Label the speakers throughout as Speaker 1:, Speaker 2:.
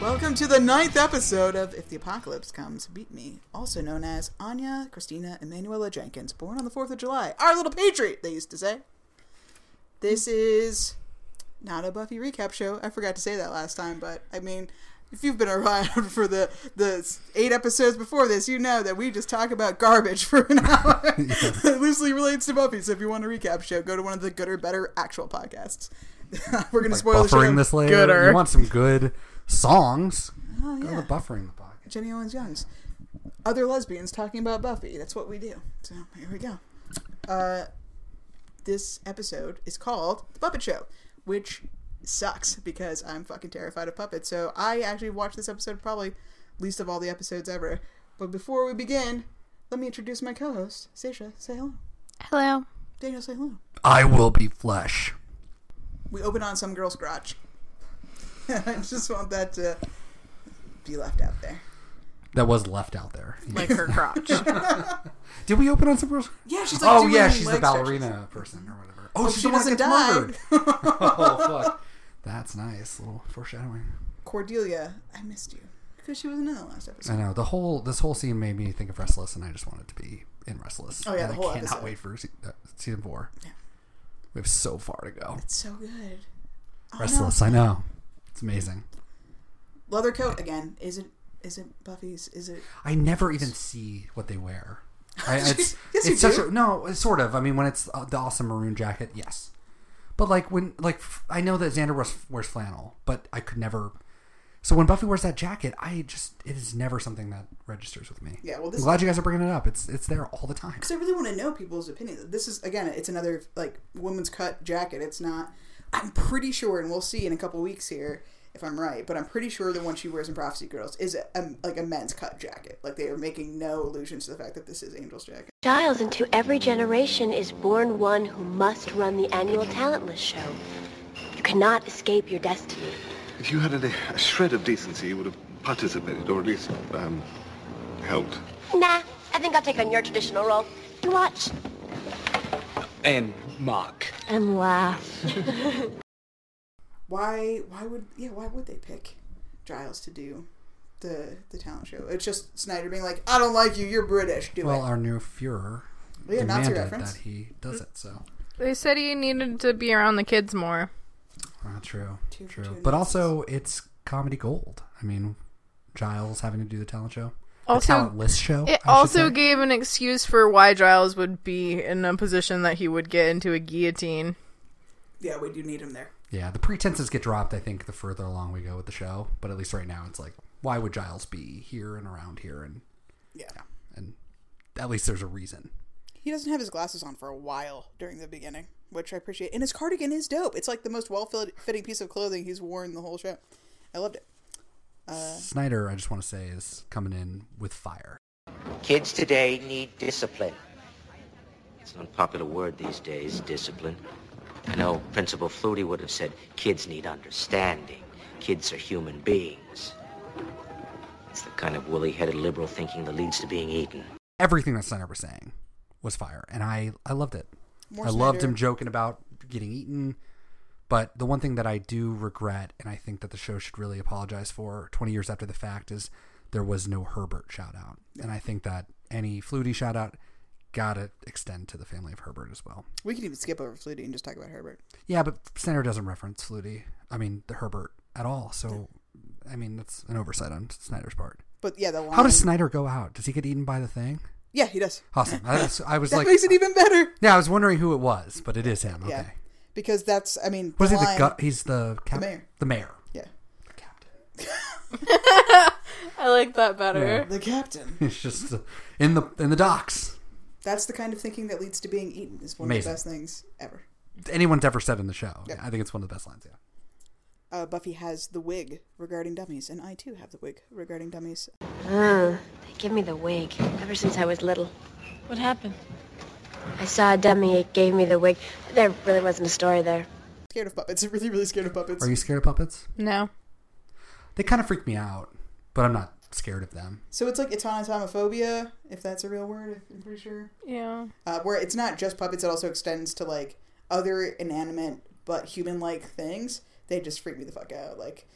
Speaker 1: Welcome to the ninth episode of If the Apocalypse Comes, Beat Me, also known as Anya Christina Emanuela Jenkins, born on the 4th of July. Our little patriot, they used to say. This is not a Buffy recap show. I forgot to say that last time, but I mean, if you've been around for the, the eight episodes before this, you know that we just talk about garbage for an hour. that loosely relates to Buffy, so if you want a recap show, go to one of the good or better actual podcasts. We're going to
Speaker 2: like
Speaker 1: spoil the show.
Speaker 2: buffering this later.
Speaker 1: Gooder.
Speaker 2: You want some good songs?
Speaker 1: Oh,
Speaker 2: Go
Speaker 1: yeah.
Speaker 2: to buffering the podcast.
Speaker 1: Jenny Owens Young's other lesbians talking about Buffy. That's what we do. So here we go. Uh, this episode is called The Puppet Show, which sucks because I'm fucking terrified of puppets. So I actually watched this episode probably least of all the episodes ever. But before we begin, let me introduce my co host, Sasha. Say hello.
Speaker 3: Hello.
Speaker 1: Daniel, say hello.
Speaker 2: I will be flesh.
Speaker 1: We open on some girl's crotch. I just want that to be left out there.
Speaker 2: That was left out there.
Speaker 3: Like her crotch.
Speaker 2: Did we open on some person?
Speaker 1: Yeah, she's like,
Speaker 2: Oh
Speaker 1: doing
Speaker 2: yeah, she's the
Speaker 1: leg stretches.
Speaker 2: ballerina person or whatever. Oh, she's
Speaker 1: she
Speaker 2: the one that
Speaker 1: doesn't
Speaker 2: gets
Speaker 1: die.
Speaker 2: murdered. oh fuck. That's nice. little foreshadowing.
Speaker 1: Cordelia, I missed you because she wasn't in the last episode.
Speaker 2: I know the whole this whole scene made me think of Restless, and I just wanted to be in Restless.
Speaker 1: Oh, yeah,
Speaker 2: and
Speaker 1: the whole
Speaker 2: I cannot
Speaker 1: episode.
Speaker 2: wait for se- uh, season four.
Speaker 1: Yeah.
Speaker 2: We have so far to go.
Speaker 1: It's so good. Oh,
Speaker 2: Restless, I know. It's amazing.
Speaker 1: No. Leather coat again. Is it? Is it Buffy's? Is it?
Speaker 2: I never even see what they wear. I, it's
Speaker 1: Yes, you
Speaker 2: it's such
Speaker 1: do.
Speaker 2: a no, it's sort of. I mean, when it's uh, the awesome maroon jacket, yes. But like when like f- I know that Xander wears, wears flannel, but I could never. So when Buffy wears that jacket, I just it is never something that registers with me.
Speaker 1: Yeah. Well,
Speaker 2: I'm
Speaker 1: this
Speaker 2: glad you guys are bringing it up. It's it's there all the time.
Speaker 1: because I really want to know people's opinions. This is again, it's another like woman's cut jacket. It's not. I'm pretty sure, and we'll see in a couple weeks here if I'm right. But I'm pretty sure the one she wears in Prophecy Girls is a, a, like a men's cut jacket. Like they are making no allusions to the fact that this is Angel's jacket.
Speaker 4: Giles into every generation is born one who must run the annual talentless show. You cannot escape your destiny.
Speaker 5: If you had any, a shred of decency, you would have participated, or at least um, helped.
Speaker 4: Nah, I think I'll take on your traditional role. You watch.
Speaker 6: and mock.
Speaker 4: And laugh.
Speaker 1: why why would yeah why would they pick Giles to do the the talent show? It's just Snyder being like, I don't like you. You're British. Do
Speaker 2: Well,
Speaker 1: it.
Speaker 2: our new Führer
Speaker 1: Well, yeah, Nazi
Speaker 2: demanded
Speaker 1: reference.
Speaker 2: that he does it. So
Speaker 3: they said he needed to be around the kids more.
Speaker 2: Uh, true,
Speaker 1: Two for
Speaker 2: true.
Speaker 1: two
Speaker 2: but
Speaker 1: Nazis.
Speaker 2: also, it's comedy gold. I mean, Giles having to do the talent show,
Speaker 3: Also-
Speaker 2: the talentless show. I
Speaker 3: It
Speaker 2: should
Speaker 3: also
Speaker 2: say.
Speaker 3: gave an excuse for why Giles would be in a position that he would get into a guillotine.
Speaker 1: Yeah, we do need him there.
Speaker 2: Yeah, the pretenses get dropped, I think, the further along we go with the show. But at least right now, it's like, why would Giles be here and around here? And
Speaker 1: Yeah.
Speaker 2: and at least there's a reason.
Speaker 1: He doesn't have his glasses on for a while during the beginning, which I appreciate. And his cardigan is dope. It's like the most well fitting piece of clothing he's worn the whole show. I loved it.
Speaker 2: Snyder, I just want to say, is coming in with fire.
Speaker 7: Kids today need discipline. It's an unpopular word these days, discipline. I know Principal Flutie would have said, kids need understanding. Kids are human beings. It's the kind of woolly-headed liberal thinking that leads to being eaten.
Speaker 2: Everything that Snyder was saying was fire, and I I loved it.
Speaker 1: More
Speaker 2: I loved
Speaker 1: Snyder.
Speaker 2: him joking about getting eaten. But the one thing that I do regret, and I think that the show should really apologize for 20 years after the fact, is there was no Herbert shout out. And I think that any Flutie shout out got to extend to the family of Herbert as well.
Speaker 1: We can even skip over Flutie and just talk about Herbert.
Speaker 2: Yeah, but Snyder doesn't reference Flutie. I mean, the Herbert at all. So, I mean, that's an oversight on Snyder's part.
Speaker 1: But yeah, the line.
Speaker 2: How does Snyder go out? Does he get eaten by the thing?
Speaker 1: Yeah, he does.
Speaker 2: Awesome. I was, I was
Speaker 1: That
Speaker 2: like, uh,
Speaker 1: makes it even better.
Speaker 2: yeah, I was wondering who it was, but it is him. Okay.
Speaker 1: Yeah. Because that's, I mean,
Speaker 2: Was he the
Speaker 1: line-
Speaker 2: gut? He's the, cap-
Speaker 1: mayor.
Speaker 2: The mayor.
Speaker 1: Yeah.
Speaker 2: Captain.
Speaker 3: I like that better.
Speaker 1: The captain.
Speaker 2: It's just uh, in the in the docks.
Speaker 1: That's the kind of thinking that leads to being eaten. Is one of the
Speaker 2: Amazing.
Speaker 1: best things ever.
Speaker 2: Anyone's ever said in the show. I think it's one of the best lines. Yeah.
Speaker 1: Uh, Buffy has the wig regarding dummies, and I too have the wig regarding dummies.
Speaker 4: Uh, they give me the wig ever since I was little.
Speaker 8: What happened?
Speaker 4: I saw a dummy, it gave me the wig. There really wasn't a story there.
Speaker 1: Scared of puppets. Really, really scared of puppets.
Speaker 2: Are you scared of puppets?
Speaker 3: No.
Speaker 2: They kind of freak me out, but I'm not scared of them.
Speaker 1: so it's like autonomophobia, if that's a real word. I'm pretty sure.
Speaker 3: Yeah.
Speaker 1: Uh, where it's not just puppets; it also extends to like other inanimate but human-like things. They just freak me the fuck out. Like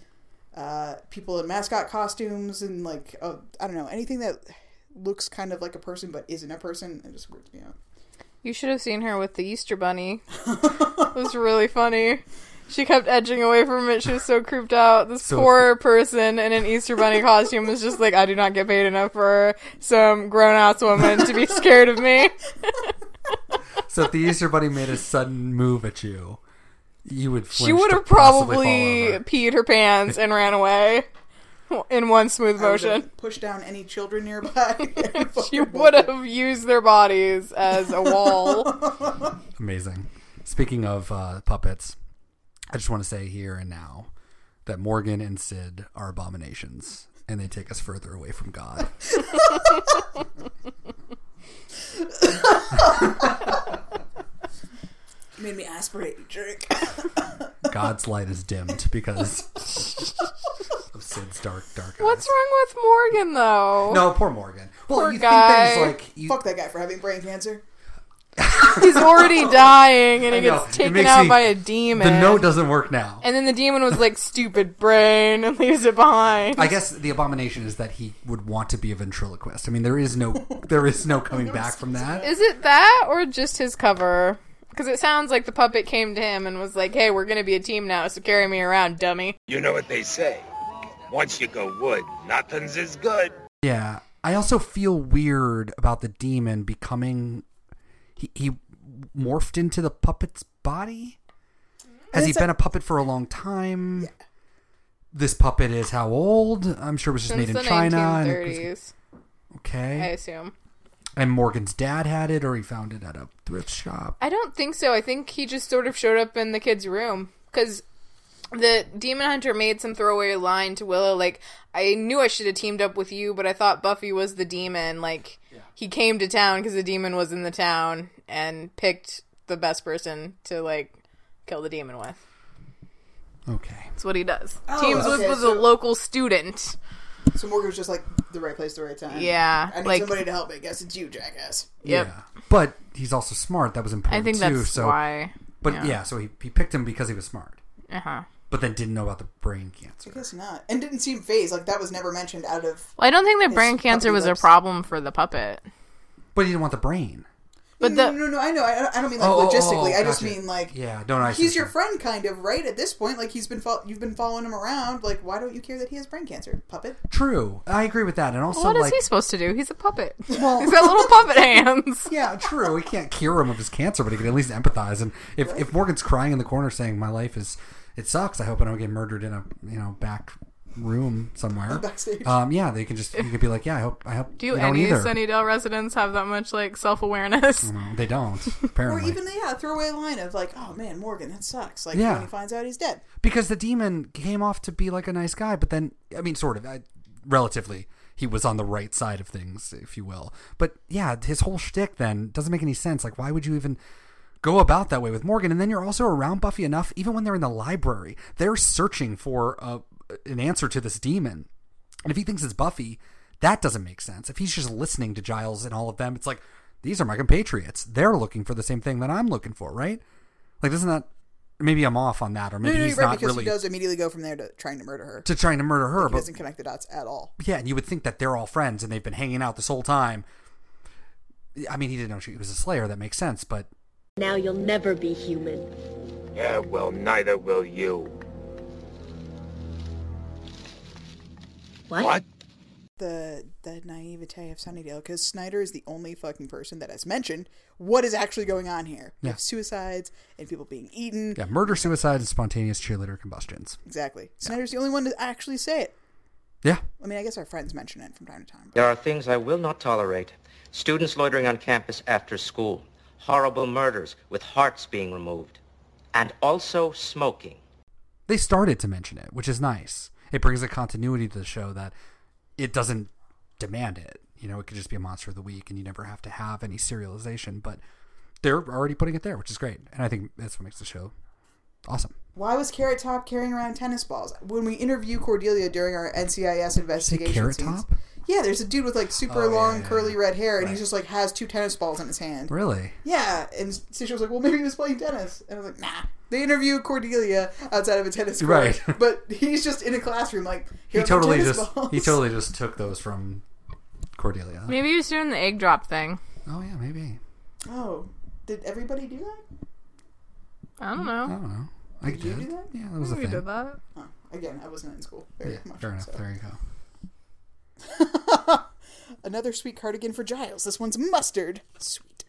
Speaker 1: uh, people in mascot costumes and like uh, I don't know anything that looks kind of like a person but isn't a person. It just weirds me out.
Speaker 3: You should have seen her with the Easter bunny. it was really funny. She kept edging away from it. She was so creeped out. This
Speaker 2: So-
Speaker 3: poor person in an Easter bunny costume was just like, I do not get paid enough for some grown ass woman to be scared of me.
Speaker 2: So if the Easter Bunny made a sudden move at you, you would.
Speaker 3: she
Speaker 2: flinch
Speaker 3: would
Speaker 2: to
Speaker 3: have
Speaker 2: possibly
Speaker 3: probably
Speaker 2: fall over.
Speaker 3: peed her pants and ran away in one smooth
Speaker 1: I would have
Speaker 3: motion.
Speaker 1: pushed down any children nearby. and
Speaker 3: She
Speaker 1: fucking
Speaker 3: would have used their bodies as a wall.
Speaker 2: Amazing. Speaking of uh, puppets, I just want to say here and now that Morgan and Sid are abominations, and they take us further away from God.
Speaker 1: made me aspirate, you jerk.
Speaker 2: God's light is dimmed because of Sid's dark, dark eyes.
Speaker 3: What's wrong with Morgan though?
Speaker 2: no, poor Morgan. Well,
Speaker 3: Poor
Speaker 2: you think
Speaker 3: guy.
Speaker 2: that he's like you,
Speaker 1: Fuck that guy for having brain cancer.
Speaker 3: He's already dying and he
Speaker 2: I know.
Speaker 3: gets
Speaker 2: It
Speaker 3: taken
Speaker 2: makes
Speaker 3: out
Speaker 2: me-
Speaker 3: by a demon.
Speaker 2: The note doesn't work now.
Speaker 3: and then the demon was like, stupid brain, and leaves it behind.
Speaker 2: I guess the abomination is that he would want to be a ventriloquist. I mean, there is no, there is no coming back from that.
Speaker 3: Is it that or just his cover? Because it sounds like the puppet came to him and was like, hey, we're going to be a team now, so carry me around, dummy.
Speaker 8: You know what they say. Once you go wood, nothing's as good.
Speaker 2: Yeah, I also feel weird about the demon becoming. He, he morphed into the puppet's body.
Speaker 3: Mm.
Speaker 2: Has he
Speaker 1: it's
Speaker 2: been a puppet for a long time? This puppet is how old? I'm sure it was just
Speaker 3: Since
Speaker 2: made
Speaker 3: the
Speaker 2: in China. and it was-
Speaker 3: 1930s,
Speaker 2: okay.
Speaker 3: I assume.
Speaker 2: And Morgan's dad had it, or he found it at a thrift shop.
Speaker 3: I don't think so. I think he just sort of showed up in the kid's room because the demon hunter made some throwaway line to Willow, like, "I knew I should have teamed up with you, but I thought Buffy was the demon." Like, he came to town because the demon was in the town and picked the best person to like kill the demon with.
Speaker 2: Okay.
Speaker 3: That's what he does.
Speaker 1: Oh,
Speaker 3: Teams
Speaker 1: okay,
Speaker 3: with, with
Speaker 1: so-
Speaker 3: a local student.
Speaker 1: So Morgan was just like the right place, the right time.
Speaker 3: Yeah,
Speaker 1: I need
Speaker 3: like-
Speaker 1: somebody to help me. Guess it's you, jackass.
Speaker 3: Yep.
Speaker 2: Yeah. But he's also smart. That was important
Speaker 3: I think
Speaker 2: too.
Speaker 3: that's
Speaker 2: so,
Speaker 3: why.
Speaker 2: but yeah, so he, he picked him because he was smart,
Speaker 3: Uh huh.
Speaker 2: but then didn't know about the brain cancer.
Speaker 1: Guess not. And didn't seem phased. Like that was never mentioned out of.
Speaker 3: Well, I don't think that brain cancer
Speaker 1: puppy
Speaker 3: was a
Speaker 1: lips.
Speaker 3: problem for the puppet.
Speaker 2: But he didn't want the brain.
Speaker 3: But
Speaker 1: no,
Speaker 3: the-
Speaker 1: no, no, no, I know. I, I don't mean like
Speaker 2: Oh, oh, oh,
Speaker 1: logistically. I just
Speaker 2: gotcha.
Speaker 1: mean like
Speaker 2: Yeah, no, no, I see
Speaker 1: he's
Speaker 2: what
Speaker 1: your
Speaker 2: you're-
Speaker 1: friend, kind of, right? At this point, like he's been fol- you've been following him around. Like, why don't you care that he has brain cancer, puppet?
Speaker 2: True. I agree with that. And also,
Speaker 3: What is
Speaker 2: like,
Speaker 3: he supposed to do? He's a puppet.
Speaker 2: Well-
Speaker 3: He's got little puppet hands.
Speaker 2: yeah, true. We can't cure him of his cancer, but he can at least empathize. And if, if Morgan's crying in the corner saying, "My life is, it sucks. I hope I don't get murdered in a you know back room somewhere."
Speaker 1: Backstage.
Speaker 2: Um, yeah, they can just you could be like, "Yeah, I hope I hope
Speaker 3: Do
Speaker 2: you don't
Speaker 3: any
Speaker 2: either."
Speaker 3: Sunnydale residents have that much like self awareness?
Speaker 2: Mm, they don't
Speaker 1: Or
Speaker 2: apparently
Speaker 1: even yeah, throwaway line of like, oh man, Morgan, that sucks. Like
Speaker 2: Yeah.
Speaker 1: when he finds out he's dead.
Speaker 2: because the demon came off to be like a nice guy, but then I mean, sort of, I, relatively. He was on the right side of things, if you will. But yeah, his whole shtick then doesn't make any sense. Like, why would you even go about that way with Morgan? And then you're also around Buffy enough, even when they're in the library, they're searching for a, an answer to this demon. And if he thinks it's Buffy, that doesn't make sense. If he's just listening to Giles and all of them, it's like, these are my compatriots. They're looking for the same thing that I'm looking for, right? Like, doesn't that. Maybe I'm off on that, or
Speaker 1: No,
Speaker 2: maybe
Speaker 1: no, no,
Speaker 2: he's
Speaker 1: you're right,
Speaker 2: not
Speaker 1: because
Speaker 2: really
Speaker 1: he does immediately go from there to trying to murder her.
Speaker 2: to trying to murder her.
Speaker 1: he
Speaker 2: But
Speaker 1: doesn't connect the dots at all.
Speaker 2: yeah, and you would think that they're all friends and they've been hanging out this whole time. I mean, he didn't know she was a Slayer. That makes sense, but
Speaker 4: Now you'll never be human.
Speaker 8: Yeah, well, neither will you.
Speaker 4: What?
Speaker 1: The the naivete of Sunnydale, because Snyder is the only fucking person that has mentioned what is actually going on here. We
Speaker 2: Yeah.
Speaker 1: have suicides and people being eaten.
Speaker 2: yeah, murder, suicide, and spontaneous cheerleader combustions.
Speaker 1: Exactly. Snyder's the only one to actually say it.
Speaker 2: Yeah,
Speaker 1: I mean, I guess our friends mention it from time to time.
Speaker 7: There are things I will not tolerate. Students loitering on campus after school. Horrible murders with hearts being removed. And also smoking.
Speaker 2: they started to mention it, which is nice. It brings a continuity to the show that it doesn't demand it. You know, it could just be a monster of the week, and you never have to have any serialization. But they're already putting it there, which is great, and I think that's what makes the show awesome.
Speaker 1: Why was Carrot Top carrying around tennis balls? When we interview Cordelia during our NCIS investigation
Speaker 2: Carrot
Speaker 1: scenes,
Speaker 2: Top?
Speaker 1: Yeah, there's a dude with like super
Speaker 2: Oh, yeah,
Speaker 1: long
Speaker 2: yeah,
Speaker 1: curly red hair, and he
Speaker 2: Right.
Speaker 1: just like has two tennis balls in his hand.
Speaker 2: Really?
Speaker 1: Yeah, and Sisha was like, "Well, maybe he was playing tennis," and I was like, "Nah." They interview Cordelia outside of a tennis court,
Speaker 2: Right.
Speaker 1: but he's just in a classroom, like
Speaker 2: He
Speaker 1: here are my
Speaker 2: totally
Speaker 1: tennis
Speaker 2: just
Speaker 1: balls.
Speaker 2: he totally just took those from Cordelia.
Speaker 3: Maybe he was doing the egg drop thing.
Speaker 2: Oh yeah, maybe.
Speaker 1: Oh, did everybody do that?
Speaker 3: I don't
Speaker 2: I
Speaker 3: know.
Speaker 2: don't know. I did.
Speaker 1: you do that?
Speaker 2: Yeah, that was a
Speaker 3: We
Speaker 2: thing.
Speaker 3: did that.
Speaker 1: Oh, again, I wasn't in school very
Speaker 2: Yeah,
Speaker 1: much.
Speaker 2: fair enough.
Speaker 1: so.
Speaker 2: There you go.
Speaker 1: Another sweet cardigan for Giles. This one's mustard. Sweet.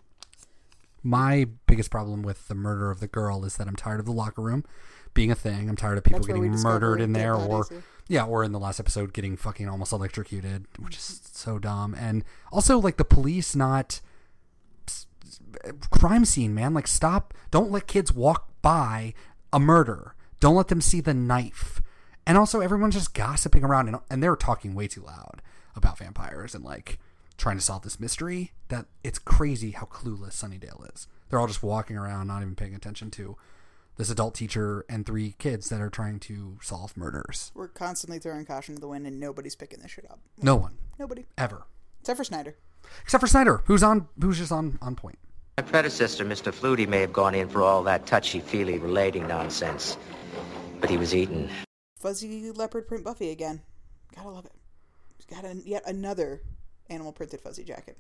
Speaker 2: My biggest problem with the murder of the girl is that I'm tired of the locker room being a thing. I'm tired of people
Speaker 1: That's where
Speaker 2: getting
Speaker 1: we discover
Speaker 2: murdered in
Speaker 1: dead
Speaker 2: there, or
Speaker 1: bodies, yeah.
Speaker 2: yeah, or in the last episode getting fucking almost electrocuted, which is so dumb. And also like the police not crime scene, man. Like, stop. Don't let kids walk by a murder. Don't let them see the knife. And also, everyone's just gossiping around, and, and they're talking way too loud about vampires and like trying to solve this mystery. That it's crazy how clueless Sunnydale is. They're all just walking around, not even paying attention to this adult teacher and three kids that are trying to solve murders.
Speaker 1: We're constantly throwing caution to the wind, and nobody's picking this shit up.
Speaker 2: No one
Speaker 1: Nobody,
Speaker 2: ever,
Speaker 1: except for Snyder.
Speaker 2: except for Snyder, who's on, who's just on on point.
Speaker 7: My predecessor, Mr. Flutie, may have gone in for all that touchy-feely relating nonsense, but he was eaten.
Speaker 1: Fuzzy leopard print Buffy again. Gotta love it. She's got an, yet another animal printed fuzzy jacket.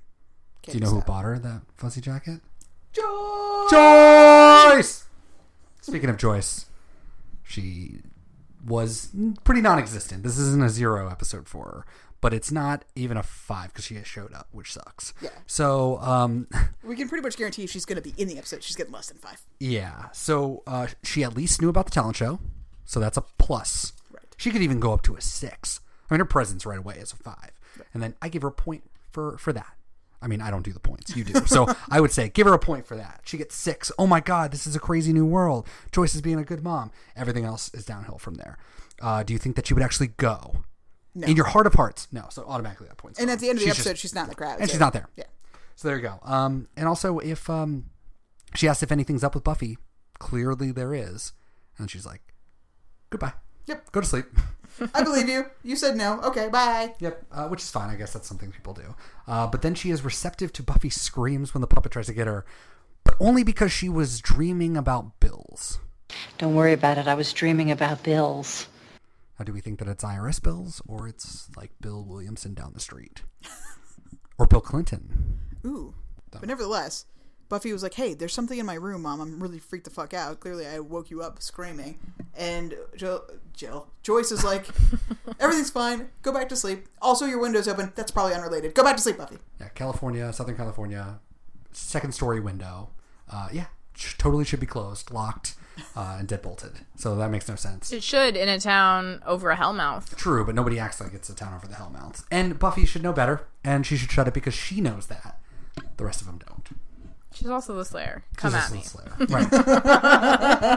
Speaker 1: Can't
Speaker 2: Do you know who
Speaker 1: stop.
Speaker 2: bought her that fuzzy jacket?
Speaker 1: Joy!
Speaker 2: Joyce. Speaking of Joyce, she was pretty non-existent. This isn't a zero episode for her, but it's not even a five because she showed up, which sucks.
Speaker 1: Yeah.
Speaker 2: So, um,
Speaker 1: We can pretty much guarantee if she's going to be in the episode, she's getting less than five.
Speaker 2: yeah. So uh, she at least knew about the talent show, so that's a plus.
Speaker 1: Right.
Speaker 2: She could even go up to a six. I mean, her presence right away is a five, and then I give her a point for for that. I mean, I don't do the points. You do. So I would say give her a point for that. She gets six. Oh my God, this is a crazy new world. Joyce is being a good mom. Everything else is downhill from there. Uh, do you think that she would actually go?
Speaker 1: No.
Speaker 2: In your heart of hearts, no. So automatically that point's
Speaker 1: And
Speaker 2: gone.
Speaker 1: at the end of the
Speaker 2: She's
Speaker 1: episode,
Speaker 2: just-
Speaker 1: she's not in the crowd.
Speaker 2: and
Speaker 1: so-
Speaker 2: she's not there.
Speaker 1: Yeah.
Speaker 2: So there you go. Um, and also, if um, she asks if anything's up with Buffy, clearly there is, and she's like, "Goodbye."
Speaker 1: Yep.
Speaker 2: Go to sleep.
Speaker 1: I believe you. You said no. Okay, bye.
Speaker 2: Yep, uh, which is fine. I guess that's something people do. Uh, but then she is receptive to Buffy's screams when the puppet tries to get her, but only because she was dreaming about bills.
Speaker 9: Don't worry about it. I was dreaming about bills.
Speaker 2: Now, do we think that it's IRS bills or it's like Bill Williamson down the street or Bill Clinton?
Speaker 1: Ooh. But nevertheless, Buffy was like, hey, there's something in my room, Mom. I'm really freaked the fuck out. Clearly, I woke you up screaming. And Jill, Jill Joyce is like, everything's fine. Go back to sleep. Also, your window's open. That's probably unrelated. Go back to sleep, Buffy.
Speaker 2: Yeah, California, Southern California, second story window. Uh, yeah, sh- totally should be closed, locked, uh, and dead bolted. So that makes no sense.
Speaker 3: It should in a town over a hellmouth.
Speaker 2: True, but nobody acts like it's a town over the Hellmouths. And Buffy should know better, and she should shut it because she knows that. The rest of them don't.
Speaker 3: She's also the Slayer. Come
Speaker 2: She's
Speaker 3: at me.
Speaker 2: also a Slayer. Right.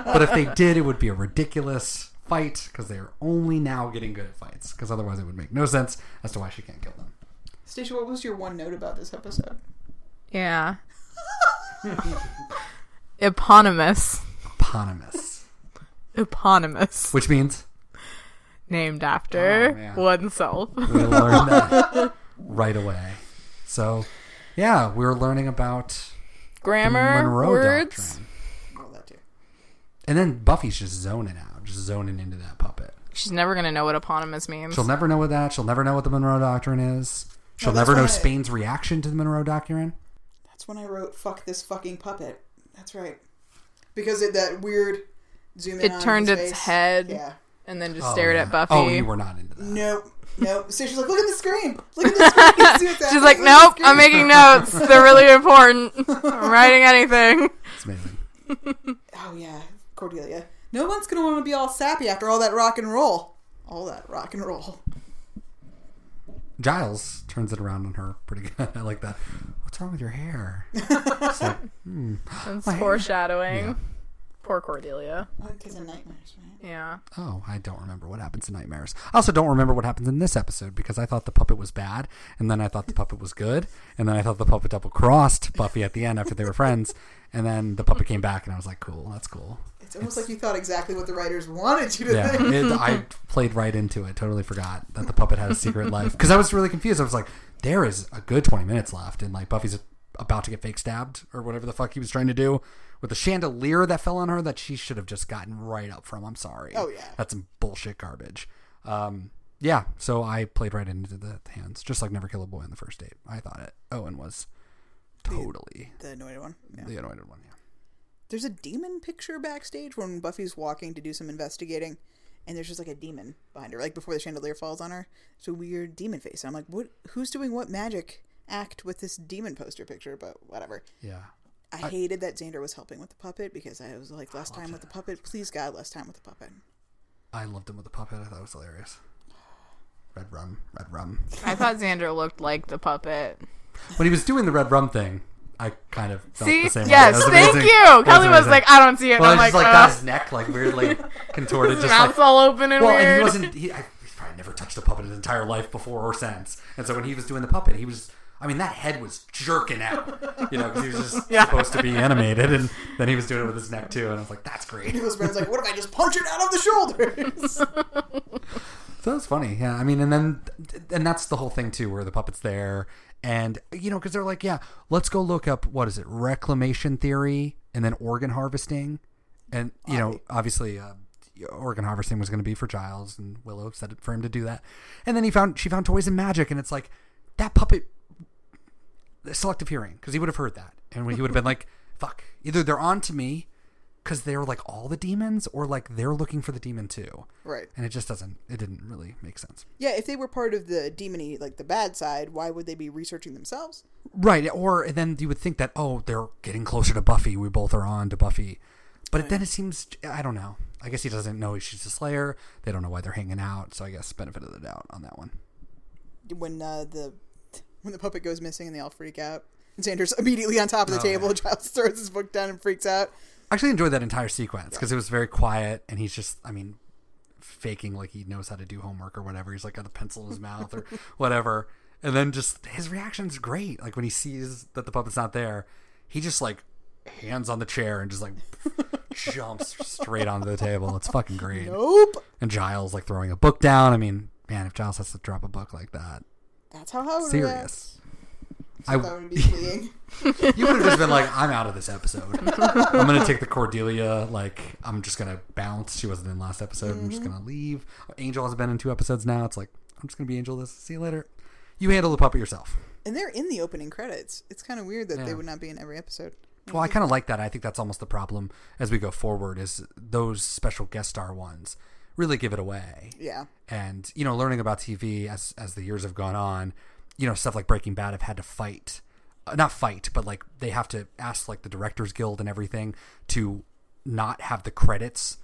Speaker 2: but if they did, it would be a ridiculous fight because they're only now getting good at fights because otherwise it would make no sense as to why she can't kill them.
Speaker 1: Stacia, what was your one note about this episode?
Speaker 3: Yeah. Eponymous.
Speaker 2: Eponymous.
Speaker 3: Eponymous.
Speaker 2: Which means
Speaker 3: Named
Speaker 2: Oh,
Speaker 3: after
Speaker 2: man.
Speaker 3: oneself.
Speaker 2: we learned that right away. So, yeah, we were learning about the
Speaker 3: Grammar,
Speaker 2: Monroe
Speaker 3: words.
Speaker 2: Doctrine.
Speaker 1: Well, that too.
Speaker 2: And then Buffy's just zoning out, just zoning into that puppet.
Speaker 3: She's never going to know what eponymous means.
Speaker 2: She'll never know what that. She'll never know what the Monroe Doctrine is. She'll
Speaker 1: that's
Speaker 2: never know
Speaker 1: why-
Speaker 2: Spain's reaction to the Monroe Doctrine.
Speaker 1: That's when I wrote "fuck this fucking puppet." That's right, because it that weird zoom in.
Speaker 3: It
Speaker 1: on
Speaker 3: turned
Speaker 1: his
Speaker 3: its
Speaker 1: face.
Speaker 3: head.
Speaker 1: Yeah.
Speaker 3: and then just stared
Speaker 2: yeah.
Speaker 3: at Buffy.
Speaker 2: Oh, you were not into that.
Speaker 1: Nope. Nope. So she's like, "Look at the screen. Look at the screen." See what's
Speaker 3: She's
Speaker 1: happening.
Speaker 3: like,
Speaker 1: Look at
Speaker 3: nope,
Speaker 1: the
Speaker 3: I'm
Speaker 1: screen."
Speaker 3: making notes. They're really important. I'm writing anything.
Speaker 2: It's amazing.
Speaker 1: Oh yeah, Cordelia. No one's gonna want to be all sappy after all that rock and roll. All that rock and roll.
Speaker 2: Giles turns it around on her pretty good. I like that. What's wrong with your hair?
Speaker 3: It's
Speaker 2: hair.
Speaker 3: foreshadowing. Poor Cordelia.
Speaker 1: Because of nightmares, right?
Speaker 3: Yeah.
Speaker 2: Oh, I don't remember what happens in Nightmares. I also don't remember what happens in this episode because I thought the puppet was bad, and then I thought the puppet was good, and then I thought the puppet double crossed Buffy at the end after they were friends, and then the puppet came back, and I was like, cool, that's cool.
Speaker 1: It's almost like you thought exactly what the writers wanted you to
Speaker 2: Yeah,
Speaker 1: think.
Speaker 2: it, I played right into it. Totally forgot that the puppet had a secret life because I was really confused. I was like, there is a good twenty minutes left, and like Buffy's about to get fake stabbed or whatever the fuck he was trying to do with the chandelier that fell on her that she should have just gotten right up from. I'm sorry.
Speaker 1: Oh, yeah.
Speaker 2: that's some bullshit garbage. Um, yeah, so I played right into the hands, just like Never Kill a Boy on the first date. I thought it. Owen was totally
Speaker 1: The annoyed one. Yeah.
Speaker 2: the anointed one. Yeah.
Speaker 1: There's a demon picture backstage when Buffy's walking to do some investigating, and there's just like a demon behind her, like before the chandelier falls on her. It's a weird demon face. I'm like, what? Who's doing what magic act with this demon poster picture? But whatever.
Speaker 2: Yeah.
Speaker 1: I, hated that Xander was helping with the puppet because I was like, less time with the puppet. Please, God, less time with the puppet.
Speaker 2: I loved him with the puppet. I thought it was hilarious. Red rum, red rum.
Speaker 3: I thought Xander looked like the puppet.
Speaker 2: When he was doing the red rum thing, I kind of felt
Speaker 3: See?
Speaker 2: the same. way.
Speaker 3: Yes,
Speaker 2: That was
Speaker 3: thank
Speaker 2: amazing.
Speaker 3: you.
Speaker 2: That
Speaker 3: Kelly was
Speaker 2: amazing.
Speaker 3: like, I don't see it.
Speaker 2: well,
Speaker 3: and
Speaker 2: I
Speaker 3: I'm
Speaker 2: just
Speaker 3: like,
Speaker 2: like
Speaker 3: "Ugh."
Speaker 2: got his neck like weirdly contorted,
Speaker 3: his
Speaker 2: just
Speaker 3: mouth's
Speaker 2: like
Speaker 3: all open and
Speaker 2: well,
Speaker 3: weird.
Speaker 2: and he wasn't. He, I, he's probably never touched a puppet in his entire life before or since. And so when he was doing the puppet, he was. I mean, that head was jerking out, you know, because he was just supposed to be animated, and then he was doing it with his neck too, and I was like, "That's great."
Speaker 1: His friend's like, what if I just punch it out of the shoulders?
Speaker 2: So that's funny. Yeah. I mean, and then, and that's the whole thing too, where the puppet's there. And, you know, because they're like, yeah, let's go look up, what is it, reclamation theory and then organ harvesting. And, you know, obviously, uh, organ harvesting was going to be for Giles and Willow said it for him to do that. And then he found, she found toys and magic. And it's like, that puppet, selective hearing, because he would have heard that. And he would have been like, fuck, either they're on to me because they're like all the demons or like they're looking for the demon too
Speaker 1: right.
Speaker 2: and it just doesn't it didn't really make sense
Speaker 1: Yeah, if they were part of the demony, like the bad side, why would they be researching themselves?
Speaker 2: right or then you would think that oh they're getting closer to buffy we both are on to buffy but then it seems i don't know i guess he doesn't know she's a slayer they don't know why they're hanging out so i guess benefit of the doubt on that one
Speaker 1: when uh, the when the puppet goes missing and they all freak out. And Xander's immediately on top of the table. Giles throws his book down and freaks out.
Speaker 2: i actually enjoyed that entire sequence because it was very quiet and he's just i mean faking like he knows how to do homework or whatever he's like got a pencil in his mouth or whatever and then just his reaction's great like when he sees that the puppet's not there he just like hands on the chair and just like jumps straight onto the table it's fucking great
Speaker 1: Nope.
Speaker 2: and Giles like throwing a book down. I mean, man, if Giles has to drop a book like that,
Speaker 1: That's how I would react.
Speaker 2: serious. I,
Speaker 1: That would be fleeing.
Speaker 2: you would have just been like, I'm out of this episode. I'm gonna take the Cordelia. Like, I'm just gonna bounce. She wasn't in last episode. I'm just gonna leave. Angel has been in two episodes now. It's like I'm just gonna be Angel. This. See you later. You handle the puppet yourself.
Speaker 1: And they're in the opening credits. It's kind of weird that
Speaker 2: Yeah.
Speaker 1: they would not be in every episode.
Speaker 2: Well, I kind of like that. I think that's almost the problem as we go forward. Is those special guest star ones really give it away?
Speaker 1: Yeah.
Speaker 2: and you know learning about tv as as the years have gone on you know stuff like breaking bad have had to fight uh, not fight but like they have to ask like the directors guild and everything to not have the credits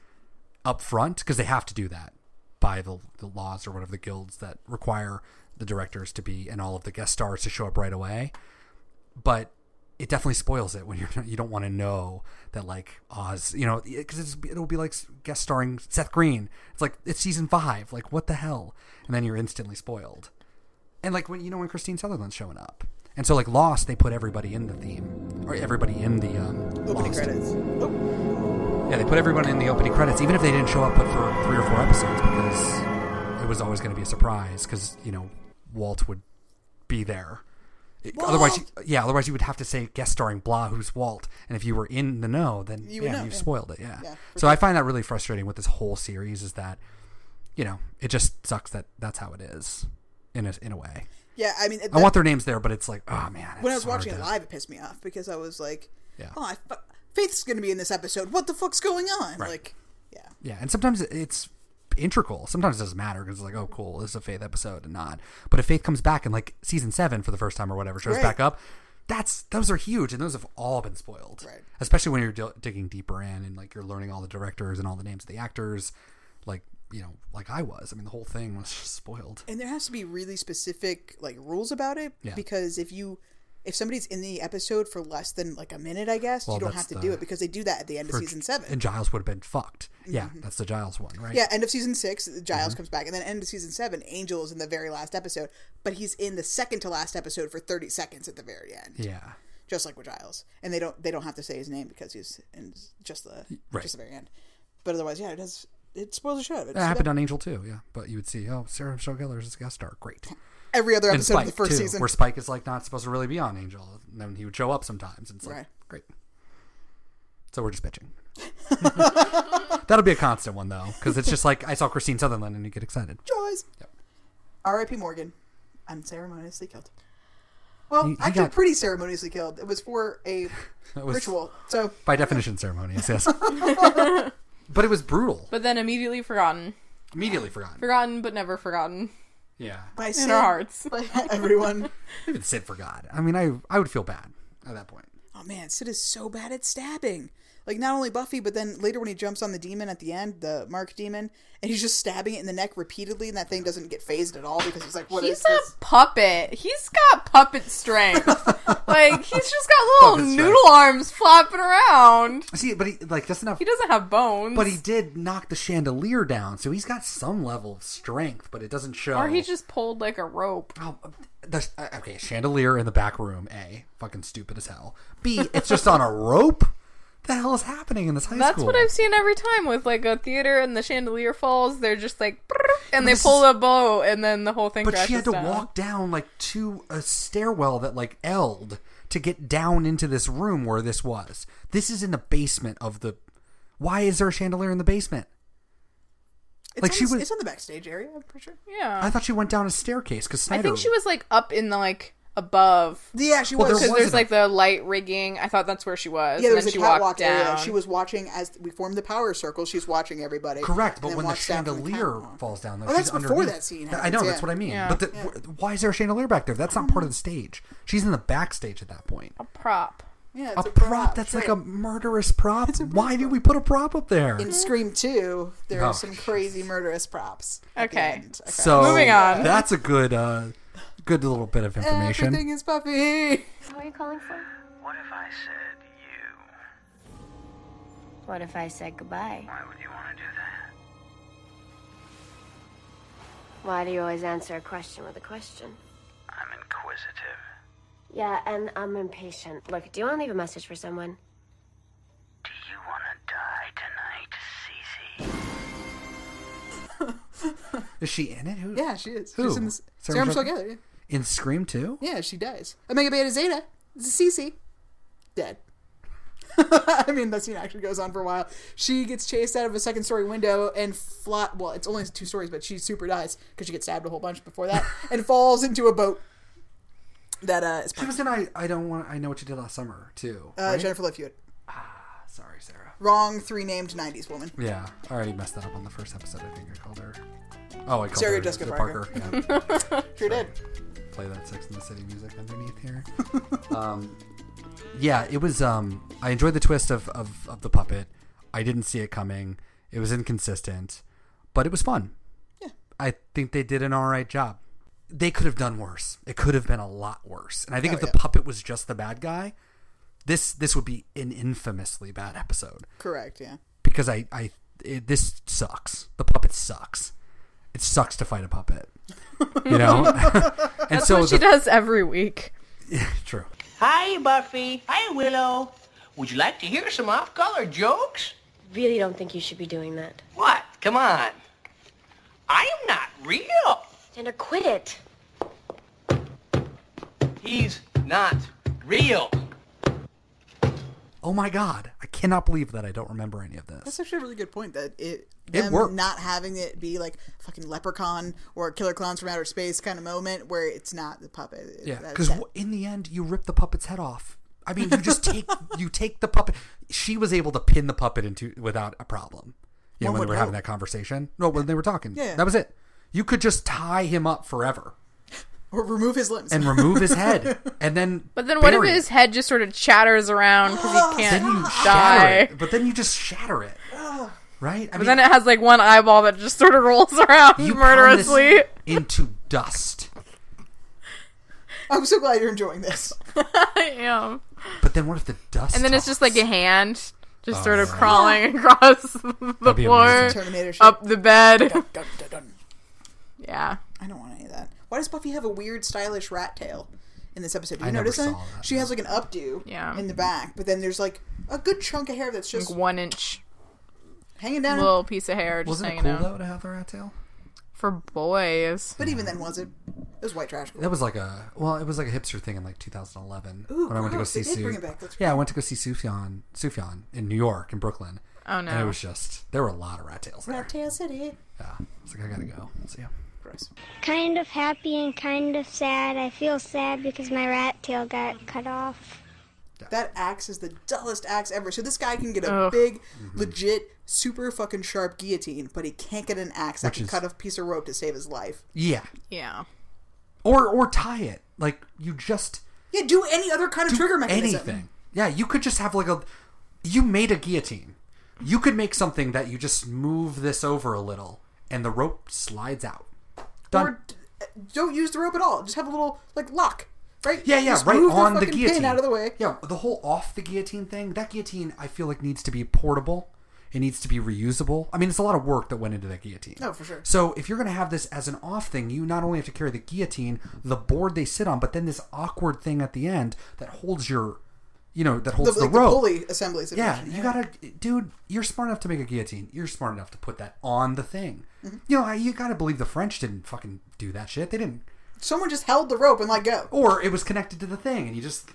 Speaker 2: up front because they have to do that by the, the laws or whatever the guilds that require the directors to be and all of the guest stars to show up right away but it definitely spoils it when you're you don't want to know that like Oz, you know, because it'll be like guest starring Seth Green. It's like it's season five. Like what the hell? And then you're instantly spoiled. And like when you know when Christine Sutherland's showing up, and so like Lost, they put everybody in the theme or everybody in the um,
Speaker 1: Opening
Speaker 2: Lost.
Speaker 1: credits.
Speaker 2: Yeah, they put everyone in the opening credits, even if they didn't show up but for three or four episodes, because it was always going to be a surprise. Because you know Walt would be there. It- Otherwise, you, yeah. Otherwise, you would have to say guest starring blah, who's Walt, and if you were in the know, then
Speaker 1: You would
Speaker 2: yeah,
Speaker 1: know,
Speaker 2: you've
Speaker 1: yeah.
Speaker 2: spoiled it. Yeah.
Speaker 1: Yeah, for
Speaker 2: so I find that really frustrating with this whole series is that, you know, it just sucks that that's how it is, in a in a way.
Speaker 1: Yeah, I mean,
Speaker 2: I want their names there, but it's like, oh man.
Speaker 1: when I was
Speaker 2: it's
Speaker 1: watching it
Speaker 2: hard to-
Speaker 1: live, it pissed me off because I was like,
Speaker 2: Yeah.
Speaker 1: oh, I fu- Faith's going to be in this episode. What the fuck's going on? Like, yeah.
Speaker 2: Yeah, and sometimes it's integral. Sometimes it doesn't matter because it's like, oh, cool, this is a Faith episode and not. But if Faith comes back in like season seven for the first time or whatever, shows
Speaker 1: Right.
Speaker 2: back up, that's those are huge, and those have all been spoiled.
Speaker 1: Right.
Speaker 2: Especially when you're d- digging deeper in and like you're learning all the directors and all the names of the actors, like you know, like I was. I mean, the whole thing was just spoiled.
Speaker 1: and there has to be really specific like rules about it
Speaker 2: Yeah.
Speaker 1: because if you if somebody's in the episode for less than like a minute, I guess
Speaker 2: Well,
Speaker 1: you don't
Speaker 2: that's
Speaker 1: have to
Speaker 2: the-
Speaker 1: do it because they do that at the end of
Speaker 2: for-
Speaker 1: season seven. Mm-hmm.
Speaker 2: And Giles would have been fucked. Yeah, that's the Giles one, right?
Speaker 1: yeah, end of season six, Giles
Speaker 2: Mm-hmm.
Speaker 1: comes back, and then end of season seven, Angel is in the very last episode, but he's in the second to last episode for thirty seconds at the very end,
Speaker 2: Yeah.
Speaker 1: just like with Giles. And they don't they don't have to say his name because he's in just the
Speaker 2: Right.
Speaker 1: just the very end. But otherwise, yeah, it does it spoils the show. It's
Speaker 2: That happened on Angel too, yeah. But you would see, oh, Sarah Michelle Gellar is a guest star. Great.
Speaker 1: every other
Speaker 2: And
Speaker 1: episode
Speaker 2: Spike
Speaker 1: of the first
Speaker 2: too,
Speaker 1: season.
Speaker 2: where Spike is like not supposed to really be on Angel, and then he would show up sometimes. And it's like,
Speaker 1: Right.
Speaker 2: great. So we're just bitching. That'll be a constant one though, because it's just like I saw Christine Sutherland, and you get excited.
Speaker 1: Joys. R.I.P. Morgan, unceremoniously killed. Well,
Speaker 2: He- he
Speaker 1: actually,
Speaker 2: got-
Speaker 1: pretty ceremoniously killed. It was for a
Speaker 2: It was
Speaker 1: ritual, so
Speaker 2: by definition ceremonious, yes. but it was brutal.
Speaker 3: But then immediately forgotten.
Speaker 2: Immediately forgotten.
Speaker 3: Forgotten, but never forgotten.
Speaker 2: yeah,
Speaker 1: by
Speaker 3: In our hearts.
Speaker 1: by everyone.
Speaker 2: even Sid forgot. I mean, I I would feel bad at that point.
Speaker 1: Oh man, Sid is so bad at stabbing. Like not only Buffy, but then later when he jumps on the demon at the end, the Mark demon, and he's just stabbing it in the neck repeatedly, and that thing doesn't get phased at all because he's like, "What is
Speaker 3: He's a
Speaker 1: this?"
Speaker 3: puppet. He's got puppet strength. like he's just got little
Speaker 2: Puppet strength.
Speaker 3: noodle arms flapping around.
Speaker 2: See, but he like that's enough.
Speaker 3: He doesn't have bones.
Speaker 2: But he did knock the chandelier down, so he's got some level of strength, but it doesn't show.
Speaker 3: or he just pulled like a rope.
Speaker 2: Oh, the, uh, okay, chandelier in the back room. A, fucking stupid as hell. B, it's just on a rope. The hell is happening in this high
Speaker 3: That's
Speaker 2: school?
Speaker 3: what I've seen every time with like a theater and the chandelier falls. They're just like, brrr, and they
Speaker 2: this
Speaker 3: pull a bow, and then the whole thing.
Speaker 2: But
Speaker 3: crashes
Speaker 2: she had to
Speaker 3: down.
Speaker 2: walk down like to a stairwell that like eld to get down into this room where this was. This is in the basement of the. Why is there a chandelier in the basement?
Speaker 1: It's
Speaker 2: Like,
Speaker 1: on
Speaker 2: she
Speaker 1: the,
Speaker 2: was-
Speaker 1: It's on the backstage area. I'm pretty sure.
Speaker 3: Yeah,
Speaker 2: I thought she went down a staircase because
Speaker 3: Um, I
Speaker 2: Snyder.
Speaker 3: think she was like up in the like above
Speaker 1: Yeah, she
Speaker 2: Well,
Speaker 1: was.
Speaker 2: there
Speaker 3: because
Speaker 2: was
Speaker 3: there's
Speaker 2: an-
Speaker 3: like the light rigging. I thought that's where she was.
Speaker 1: yeah, there was
Speaker 3: and then
Speaker 1: a
Speaker 3: she walked
Speaker 1: catwalk area.
Speaker 3: down.
Speaker 1: She was watching as we formed the power circle. She's watching everybody.
Speaker 2: Correct,
Speaker 1: and
Speaker 2: but
Speaker 1: then
Speaker 2: when the
Speaker 1: walks down from
Speaker 2: chandelier
Speaker 1: catwalk.
Speaker 2: falls down, though,
Speaker 1: Oh, that's
Speaker 2: she's
Speaker 1: before
Speaker 2: underneath.
Speaker 1: that scene
Speaker 2: I
Speaker 1: happens,
Speaker 2: know that's
Speaker 1: yeah.
Speaker 2: what I mean.
Speaker 3: Yeah.
Speaker 2: But the, wh- why is there a chandelier back there? That's not part of the stage. She's in the backstage at that point.
Speaker 3: a prop.
Speaker 1: Yeah,
Speaker 2: a
Speaker 1: it's
Speaker 2: prop, that's like a
Speaker 1: sure.
Speaker 2: murderous prop. Why did we put a prop up there?
Speaker 1: In Scream 2, there
Speaker 2: Oh,
Speaker 1: are some crazy murderous props. at the
Speaker 3: Okay.
Speaker 1: end. Okay.
Speaker 2: So
Speaker 3: Moving on.
Speaker 2: That's a good, uh, good little bit of information.
Speaker 1: Everything is Buffy.
Speaker 4: What are you calling for?
Speaker 8: What if I said you?
Speaker 4: What if I said goodbye?
Speaker 8: Why would you want to do that?
Speaker 4: Why do you always answer a question with a question?
Speaker 8: I'm inquisitive.
Speaker 4: Yeah, and I'm impatient. Look, do you want to leave a message for someone?
Speaker 8: Do you want to die tonight, Cece?
Speaker 2: Is she in it? Who?
Speaker 1: Yeah, she is.
Speaker 2: Who?
Speaker 1: She's in this.
Speaker 2: Sarah
Speaker 1: Sarah
Speaker 2: Michelle-
Speaker 1: Michelle Gellar, yeah.
Speaker 2: In Scream too?
Speaker 1: Yeah, she dies. Omega Beta Zeta, Cece, dead. I mean, that scene actually goes on for a while. She gets chased out of a second story window and fly. Well, it's only two stories, but she super dies because she gets stabbed a whole bunch before that and falls into a boat. That uh, is
Speaker 2: She was in I. I don't want. I know what you did last summer too.
Speaker 1: uh,
Speaker 2: right?
Speaker 1: Jennifer Love Hewitt.
Speaker 2: Sorry, Sarah.
Speaker 1: Wrong three named '90s woman.
Speaker 2: Yeah, I already messed that up on the first episode. I think I called her. Oh, I called
Speaker 1: Sarah
Speaker 2: her
Speaker 1: Jessica
Speaker 2: Parker. Yeah.
Speaker 1: Sure did.
Speaker 2: Play that Sex in the City music underneath here. um, yeah, it was. Um, I enjoyed the twist of, of of the puppet. I didn't see it coming. It was inconsistent, but it was fun.
Speaker 1: Yeah.
Speaker 2: I think they did an all right job. They could have done worse. It could have been a lot worse. And I think
Speaker 1: Oh,
Speaker 2: if the
Speaker 1: yeah.
Speaker 2: puppet was just the bad guy, this this would be an infamously bad episode
Speaker 1: Correct. Yeah.
Speaker 2: because I, I it, this sucks. The puppet sucks. It sucks to fight a puppet. You know, and
Speaker 3: That's
Speaker 2: so
Speaker 3: what she
Speaker 2: the-
Speaker 3: does every week.
Speaker 2: true.
Speaker 10: Hi, Buffy. Hi, Willow. Would you like to hear some off-color jokes?
Speaker 4: Really don't think you should be doing that.
Speaker 10: What? Come on. I am not real.
Speaker 4: Xander, quit it.
Speaker 10: He's not real.
Speaker 2: Oh my god, I cannot believe that I don't remember any of this.
Speaker 1: That's actually a really good point. That it
Speaker 2: It
Speaker 1: them
Speaker 2: worked.
Speaker 1: Not having it be like fucking Leprechaun or Killer Clowns from Outer Space kind of moment where it's not the puppet.
Speaker 2: Yeah,
Speaker 1: That-
Speaker 2: because
Speaker 1: that-
Speaker 2: in the end, you rip the puppet's head off. I mean, you just take you take the puppet. She was able to pin the puppet into without a problem. Yeah,
Speaker 1: One
Speaker 2: when they
Speaker 1: would
Speaker 2: were having
Speaker 1: hope.
Speaker 2: that conversation. No, when they were talking.
Speaker 1: Yeah.
Speaker 2: that was it. You could just tie him up forever
Speaker 1: or remove his limbs
Speaker 2: and remove his head, and then.
Speaker 3: But then what if
Speaker 2: bury it.
Speaker 3: his head just sort of chatters around because he can't
Speaker 2: then you shatter
Speaker 3: die?
Speaker 2: it, but then you just shatter it, right? I
Speaker 3: But then it has like one eyeball that just sort of rolls around
Speaker 2: you pound this
Speaker 3: murderously.
Speaker 2: into dust.
Speaker 1: I'm so glad you're enjoying this.
Speaker 3: I am.
Speaker 2: But then what if the dust?
Speaker 3: And then it's just like a hand, just
Speaker 2: Oh,
Speaker 3: sort of
Speaker 2: yeah.
Speaker 3: crawling across the
Speaker 2: That'd be
Speaker 3: floor,
Speaker 2: amazing.
Speaker 1: Terminator shit.
Speaker 3: up the bed.
Speaker 1: Dun, dun, dun, dun.
Speaker 3: Yeah.
Speaker 1: I don't want any of that. Why does Buffy have a weird, stylish rat tail in this episode? Do you
Speaker 2: I never
Speaker 1: notice that?
Speaker 2: saw that,
Speaker 1: She has like an updo
Speaker 3: Yeah.
Speaker 1: in the back, but then there's like a good chunk of hair that's just
Speaker 3: Like one inch
Speaker 1: hanging down.
Speaker 3: little piece of hair just
Speaker 2: Wasn't it
Speaker 3: hanging
Speaker 2: cool
Speaker 3: out.
Speaker 2: though to have the rat tail?
Speaker 3: For boys.
Speaker 1: But even then, was it? It was white trash.
Speaker 2: That was like a well, it was like a hipster thing in like 2011
Speaker 1: Ooh,
Speaker 2: when I went to go
Speaker 1: gross.
Speaker 2: see
Speaker 1: They did bring
Speaker 2: Su-
Speaker 1: it back. That's
Speaker 2: Yeah, I went to go see Sufjan Sufjan in New York in Brooklyn.
Speaker 3: Oh,
Speaker 2: And it
Speaker 3: no.
Speaker 2: was just there were a lot of rat tails. There.
Speaker 1: Rat tail city.
Speaker 2: Yeah, it's like I gotta go. See ya.
Speaker 1: Gross.
Speaker 8: Kind of happy and kind of sad. I feel sad because my rat tail got cut off.
Speaker 1: That axe is the dullest axe ever. So this guy can get a
Speaker 3: Ugh.
Speaker 1: big,
Speaker 2: Mm-hmm.
Speaker 1: legit, super fucking sharp guillotine, but he can't get an axe that
Speaker 2: Which
Speaker 1: can
Speaker 2: is-
Speaker 1: cut a piece of rope to save his life.
Speaker 2: Yeah,
Speaker 3: Yeah.
Speaker 2: or or tie it like you just
Speaker 1: Yeah, do any other kind of trigger mechanism.
Speaker 2: anything. Yeah, you could just have like a you made a guillotine. You could make something that you just move this over a little and the rope slides out. Done.
Speaker 1: Or d- don't use the rope at all. Just have a little like lock, right?
Speaker 2: Yeah, yeah,
Speaker 1: Just
Speaker 2: right
Speaker 1: move
Speaker 2: on the,
Speaker 1: fucking
Speaker 2: guillotine.
Speaker 1: pin out of the way.
Speaker 2: Yeah, the whole off the guillotine thing. That guillotine, I feel like needs to be portable. It needs to be reusable. I mean, it's a lot of work that went into that guillotine.
Speaker 1: Oh, for sure.
Speaker 2: So if you're going to have this as an off thing, you not only have to carry the guillotine, the board they sit on, but then this awkward thing at the end that holds your, you know, that
Speaker 1: The,
Speaker 2: holds the,
Speaker 1: like the
Speaker 2: rope.
Speaker 1: pulley assembly
Speaker 2: yeah,
Speaker 1: situation.
Speaker 2: you gotta, dude. You're smart enough to make a guillotine. You're smart enough to put that on the thing. You know, you gotta believe the French didn't fucking do that shit. They didn't
Speaker 1: Someone just held the rope and let go.
Speaker 2: or it was connected to the thing and you just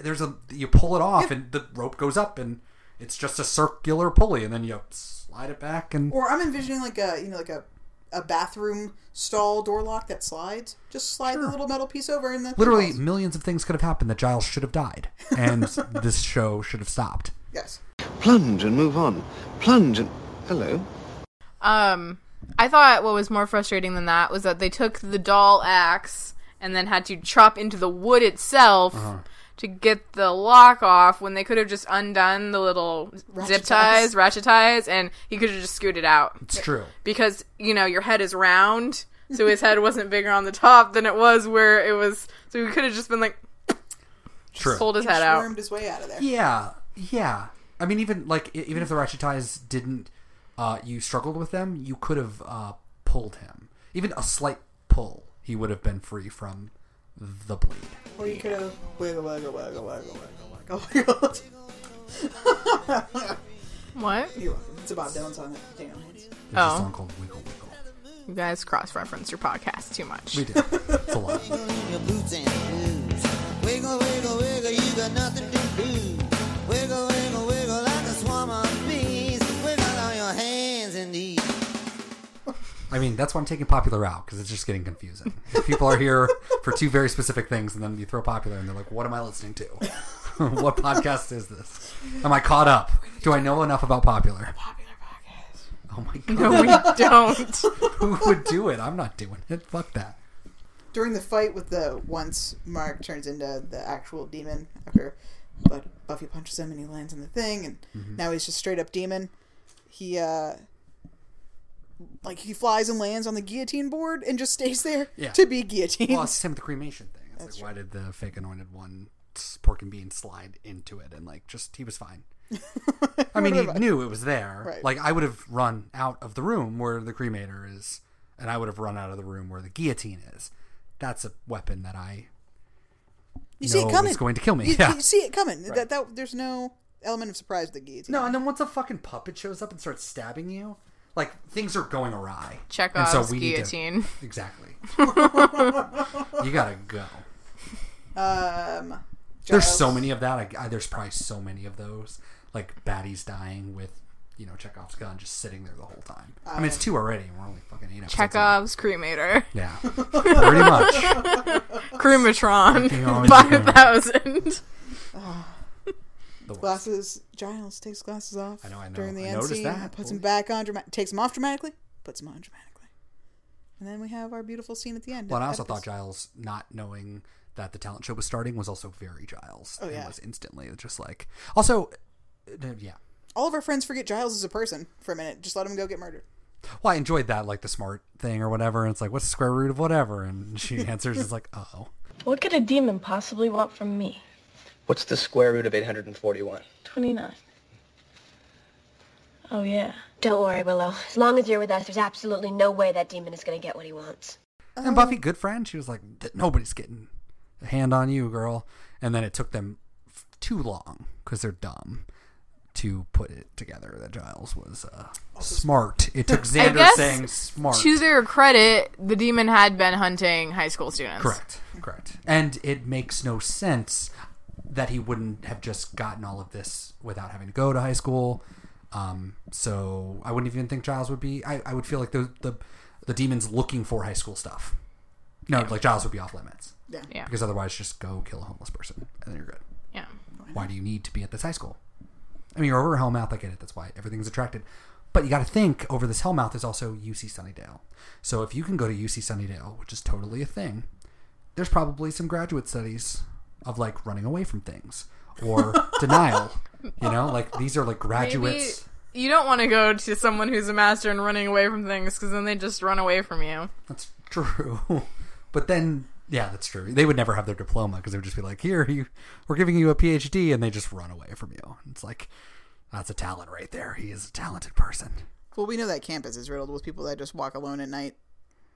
Speaker 2: there's a you pull it off and the rope goes up and it's just a circular pulley and then you slide it back and
Speaker 1: Or I'm envisioning like a you know like a a bathroom stall door lock that slides. Just slide the little metal piece over and then
Speaker 2: literally millions of things could have happened that Giles should have died and this show should have stopped.
Speaker 1: Yes.
Speaker 5: Plunge and move on. Plunge and. Hello?
Speaker 3: Um, I thought what was more frustrating than that was that they took the doll axe and then had to chop into the wood itself
Speaker 2: Uh-huh.
Speaker 3: to get the lock off when they could have just undone the little
Speaker 1: Ratchet
Speaker 3: zip
Speaker 1: ties.
Speaker 3: ties, ratchet ties, and he could have just scooted out.
Speaker 2: It's true.
Speaker 3: Because, you know, your head is round, so his head wasn't bigger on the top than it was where it was. So he could have just been like,
Speaker 2: True.
Speaker 3: pulled his head out.
Speaker 1: Wormed his way out of there.
Speaker 2: Yeah, yeah. I mean, even like e- even if the ratchet ties didn't, uh, you struggled with them, you could have uh, pulled him. Even a slight pull, he would have been free from the bleed.
Speaker 1: Or you could have wiggle wiggle wiggle wiggle wiggle wiggle wiggle.
Speaker 3: What?
Speaker 1: You're welcome. It's a Bob Dylan song. Hang on.
Speaker 2: There's
Speaker 3: Oh.
Speaker 2: a song called Wiggle Wiggle.
Speaker 3: You guys cross referenced your podcast too much.
Speaker 2: We did. It's a lot.
Speaker 11: Wiggle, wiggle, wiggle, you got nothing to lose. Wiggle, wiggle, wiggle like a swarm of bees. Wiggle on your hands and knees.
Speaker 2: I mean, that's why I'm taking popular out because it's just getting confusing. If people are here for two very specific things, and then you throw popular, and they're like, "What am I listening to? what podcast is this? Am I caught up? Do I know enough about popular?" Oh my god!
Speaker 3: No, we don't.
Speaker 2: Who would do it? I'm not doing it. Fuck that.
Speaker 1: during the fight with the once Mark turns into the actual demon after but Buffy punches him and he lands on the thing and
Speaker 2: Mm-hmm.
Speaker 1: now he's just straight up demon. He uh like he flies and lands on the guillotine board and just stays there
Speaker 2: Yeah.
Speaker 1: to be guillotined.
Speaker 2: Well, it's the same with the cremation thing. It's like, why did the fake anointed one s- pork and bean slide into it and like just he was fine. I mean, he knew it was there.
Speaker 1: Right.
Speaker 2: Like I would have run out of the room where the cremator is, and I would have run out of the room where the guillotine is. That's a weapon that I
Speaker 1: you see
Speaker 2: know
Speaker 1: it
Speaker 2: is
Speaker 1: coming.
Speaker 2: going to kill me.
Speaker 1: You,
Speaker 2: Yeah.
Speaker 1: you see it coming. That, that there's no element of surprise with the guillotine.
Speaker 2: no, and then once a fucking puppet shows up and starts stabbing you, like things are going awry. And
Speaker 3: Chekhov's
Speaker 2: so we need to-
Speaker 3: guillotine.
Speaker 2: exactly. you gotta go.
Speaker 1: Um
Speaker 2: There's
Speaker 1: Giles-
Speaker 2: so many of that. I, I, there's probably so many of those. Like baddies dying with, you know, Chekhov's gun just sitting there the whole time. I mean, it's two already. and We're only fucking eight episodes. in.
Speaker 3: Chekhov's cremator.
Speaker 2: Yeah, pretty much.
Speaker 3: Crematron.
Speaker 2: Fucking always Crematron.
Speaker 3: 5000.
Speaker 2: The worst.
Speaker 1: glasses. Giles takes glasses off.
Speaker 2: I know, I know.
Speaker 1: During the
Speaker 2: I
Speaker 1: end
Speaker 2: noticed
Speaker 1: scene,
Speaker 2: that.
Speaker 1: puts them
Speaker 2: Holy-
Speaker 1: back on, drama- takes them off dramatically, puts them on dramatically, and then we have our beautiful scene at the end.
Speaker 2: Well, and I
Speaker 1: of
Speaker 2: also
Speaker 1: Oedipus.
Speaker 2: thought Giles not knowing that the talent show was starting was also very Giles.
Speaker 1: Oh, yeah.
Speaker 2: and was instantly just like. Also, uh, yeah.
Speaker 1: all of our friends forget Giles is a person for a minute. Just let him go get murdered.
Speaker 2: Well, I enjoyed that, like the smart thing or whatever. And it's like, what's the square root of whatever? And she answers, it's like, oh.
Speaker 12: What could a demon possibly want from me?
Speaker 6: What's the square root of 841?
Speaker 12: 29. Oh, yeah.
Speaker 4: Don't worry, Willow. As long as you're with us, there's absolutely no way that demon is going to get what he wants.
Speaker 1: Um,
Speaker 2: And Buffy, good friend, she was like, "Th- "Nobody's getting a hand on you, girl." And then it took them f- too long because they're dumb to put it together that Giles was uh, smart. It took
Speaker 13: I
Speaker 2: Xander
Speaker 13: guess
Speaker 2: saying smart.
Speaker 13: to their credit, the demon had been hunting high school students.
Speaker 2: Correct. Correct. And it makes no sense that he wouldn't have just gotten all of this without having to go to high school. Um, so I wouldn't even think Giles would be. I, I would feel like the, the the demons looking for high school stuff. No, like Giles would be off limits.
Speaker 1: Yeah. Yeah.
Speaker 2: Because otherwise, just go kill a homeless person and then you're good.
Speaker 13: Yeah.
Speaker 2: Why do you need to be at this high school? I mean, you're over Hellmouth. I get it. That's why everything's attracted. But you got to think over this Hellmouth is also UC Sunnydale. So if you can go to UC Sunnydale, which is totally a thing, there's probably some graduate studies of like running away from things or denial. You know, like these are like graduates.
Speaker 13: Maybe you don't want to go to someone who's a master and running away from things because then they just run away from you.
Speaker 2: That's true. But then, yeah, that's true. They would never have their diploma because they would just be like, "Here, you, we're giving you a PhD," and they just run away from you. It's like that's a talent right there. He is a talented person.
Speaker 1: Well, we know that campus is riddled with people that just walk alone at night.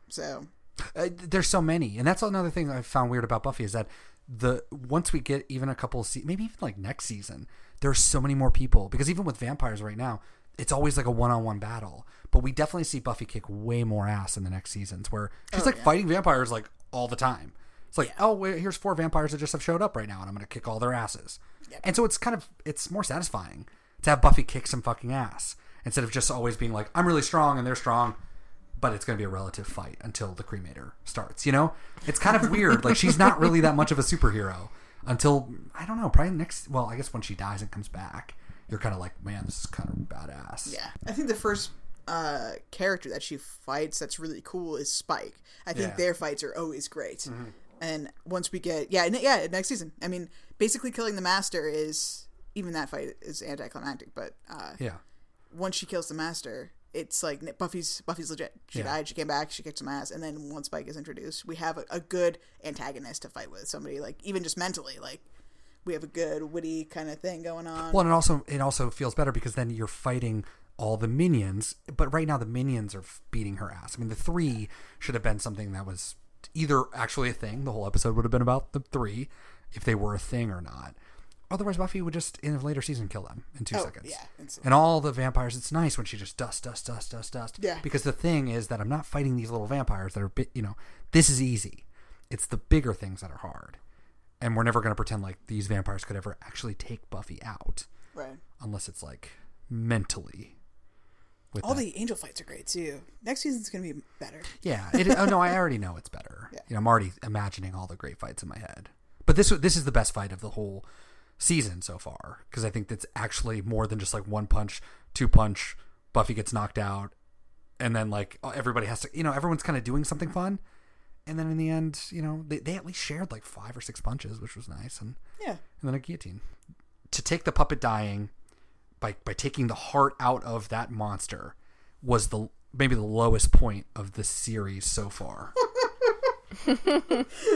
Speaker 1: So
Speaker 2: Uh, th- there's so many, and that's another thing I found weird about Buffy is that the once we get even a couple, of se- maybe even like next season, there's so many more people because even with vampires right now, it's always like a one-on-one battle. But we definitely see Buffy kick way more ass in the next seasons where she's like fighting vampires like all the time. It's like, oh, wait, here's four vampires that just have showed up right now, and I'm going to kick all their asses. And so it's kind of it's more satisfying to have Buffy kick some fucking ass instead of just always being like, I'm really strong and they're strong, but it's going to be a relative fight until the cremator starts. You know, it's kind of weird. like she's not really that much of a superhero until I don't know. Probably next. Well, I guess when she dies and comes back, you're kind of like, man, this is kind of badass.
Speaker 1: Yeah, I think the first uh, character that she fights that's really cool is Spike. I think
Speaker 2: Yeah.
Speaker 1: their fights are always great. And once we get yeah ne- yeah next season, I mean, basically killing the master is even that fight is anticlimactic. But uh,
Speaker 2: Yeah.
Speaker 1: once she kills the master, it's like n- Buffy's Buffy's legit. She
Speaker 2: Yeah.
Speaker 1: died, she came back, she kicked some ass, and then once Spike is introduced, we have a, a good antagonist to fight with. Somebody like even just mentally like. We have a good witty kind of thing going on.
Speaker 2: Well, and it also it also feels better because then you're fighting all the minions. But right now, the minions are f- beating her ass. I mean, the three should have been something that was either actually a thing. The whole episode would have been about the three, if they were a thing or not. Otherwise, Buffy would just in a later season kill them in two
Speaker 1: Oh,
Speaker 2: seconds.
Speaker 1: yeah, instantly.
Speaker 2: and all the vampires. It's nice when she just dust, dust, dust, dust, dust.
Speaker 1: Yeah.
Speaker 2: Because the thing is that I'm not fighting these little vampires that are, bi- you know, this is easy. It's the bigger things that are hard, and we're never going to pretend like these vampires could ever actually take Buffy out
Speaker 1: right.
Speaker 2: unless it's like mentally. With
Speaker 1: All
Speaker 2: that.
Speaker 1: the angel fights are great too. Next season's gonna be better.
Speaker 2: yeah, it, oh no, I already know it's better. You know, I'm already imagining all the great fights in my head. But this this is the best fight of the whole season so far because I think that's actually more than just like one punch, two punch. Buffy gets knocked out, and then like oh, everybody has to, you know, everyone's kind of doing something fun. And then in the end, you know, they, they at least shared like five or six punches, which was nice. And
Speaker 1: Yeah.
Speaker 2: and then a guillotine to take the puppet dying by by taking the heart out of that monster was the maybe the lowest point of the series so far.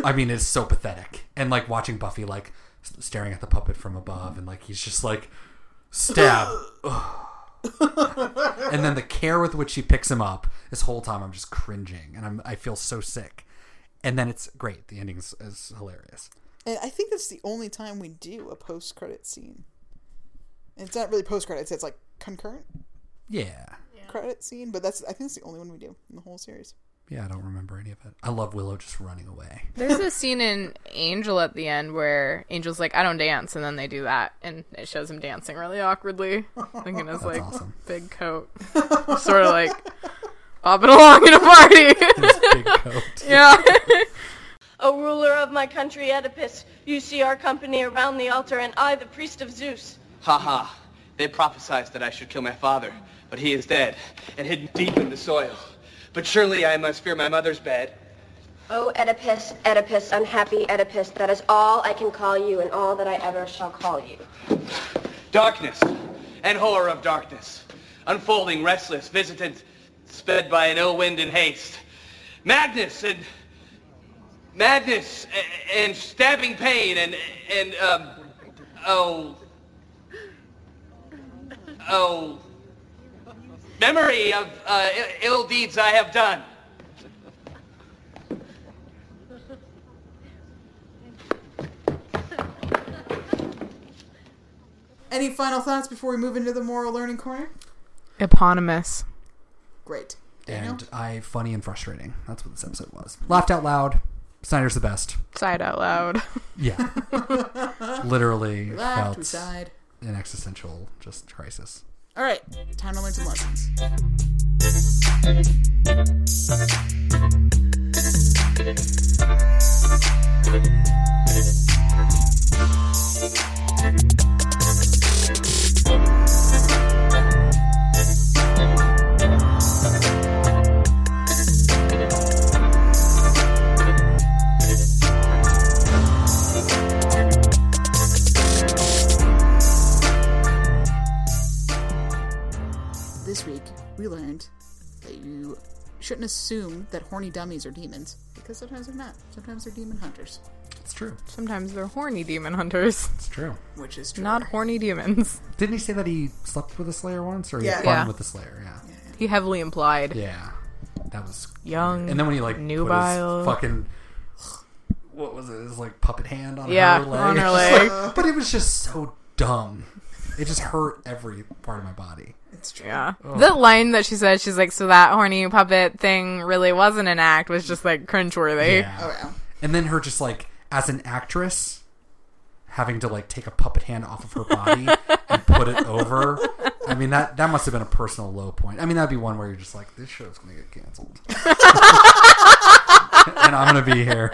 Speaker 2: I mean, it's so pathetic. And like watching Buffy like s- staring at the puppet from above and like he's just like stab. Ugh. and then the care with which she picks him up this whole time I'm just cringing and I'm I feel so sick. And then it's great. The ending is, is hilarious.
Speaker 1: And I think that's the only time we do a post credit scene. And it's not really post credits, it's like concurrent
Speaker 2: Yeah.
Speaker 1: credit scene, but that's I think it's the only one we do in the whole series.
Speaker 2: Yeah, I don't remember any of it. I love Willow just running away.
Speaker 13: There's a scene in Angel at the end where Angel's like, "I don't dance," and then they do that, and it shows him dancing really awkwardly, like in his
Speaker 2: That's
Speaker 13: like
Speaker 2: awesome.
Speaker 13: big coat, sort of like bobbing along in a party. yeah.
Speaker 12: O ruler of my country, Oedipus, you see our company around the altar, and I, the priest of Zeus.
Speaker 6: Ha ha. They prophesied that I should kill my father, but he is dead and hidden deep in the soil. But surely I must fear my mother's bed.
Speaker 4: Oh, Oedipus, Oedipus, unhappy Oedipus, that is all I can call you and all that I ever shall call you.
Speaker 6: Darkness and horror of darkness. Unfolding, restless, visitant, sped by an ill wind and haste. Madness and madness a- and stabbing pain and and um oh oh memory of uh, i- ill deeds I have done.
Speaker 1: Any final thoughts before we move into the moral learning corner?
Speaker 13: Eponymous.
Speaker 1: Great.
Speaker 2: And I funny and frustrating. That's what this episode was. Laughed out loud. Snyder's the best.
Speaker 13: Sighed out loud.
Speaker 2: Yeah. Literally
Speaker 1: We laughed, we
Speaker 2: felt
Speaker 1: sighed.
Speaker 2: an existential just crisis.
Speaker 1: All right, time to learn some lessons. This week, we learned that you shouldn't assume that horny dummies are demons because sometimes they're not. Sometimes they're demon hunters.
Speaker 2: It's true.
Speaker 13: Sometimes they're horny demon hunters. It's
Speaker 2: true.
Speaker 1: Which is
Speaker 13: Not horny demons.
Speaker 2: Didn't he say that he slept with a Slayer once, or he
Speaker 13: Yeah.
Speaker 2: had fun
Speaker 13: Yeah.
Speaker 2: with the Slayer? Yeah.
Speaker 13: He heavily implied.
Speaker 2: Yeah. That was
Speaker 13: Young.
Speaker 2: And then when he like put
Speaker 13: nubile.
Speaker 2: his fucking what was it? His like puppet hand on
Speaker 13: Yeah,
Speaker 2: her leg.
Speaker 13: on her
Speaker 2: It's just
Speaker 13: leg.
Speaker 2: like- but it was just so dumb. It just hurt every part of my body.
Speaker 1: It's true.
Speaker 13: Yeah.
Speaker 2: Oh.
Speaker 13: The line that she said, she's like, so that horny puppet thing really wasn't an act, was just like cringeworthy.
Speaker 2: Yeah. And then her just like as an actress having to like take a puppet hand off of her body and put it over. I mean that that must have been a personal low point. I mean that'd be one where you're just like this show's going to get canceled. and I'm going to be here.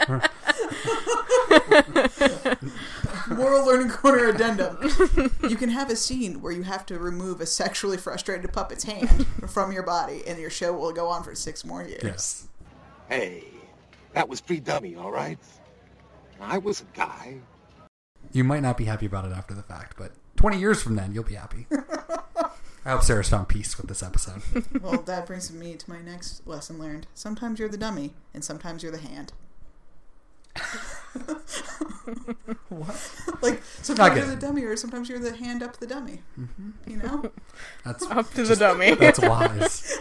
Speaker 1: Moral learning corner addendum. You can have a scene where you have to remove a sexually frustrated puppet's hand from your body, and your show will go on for six more years.
Speaker 2: Yes.
Speaker 5: Hey, that was pre-dummy, all right? I was a guy.
Speaker 2: You might not be happy about it after the fact, but 20 years from then, you'll be happy. I hope Sarah's found peace with this episode.
Speaker 1: well, that brings me to my next lesson learned. Sometimes you're the dummy, and sometimes you're the hand. what? Like sometimes
Speaker 2: get
Speaker 1: you're the
Speaker 2: it.
Speaker 1: dummy, or sometimes you're the hand up the dummy.
Speaker 2: Mm-hmm.
Speaker 1: You know,
Speaker 2: That's
Speaker 13: Up to the
Speaker 2: just-
Speaker 13: dummy.
Speaker 2: That's wise.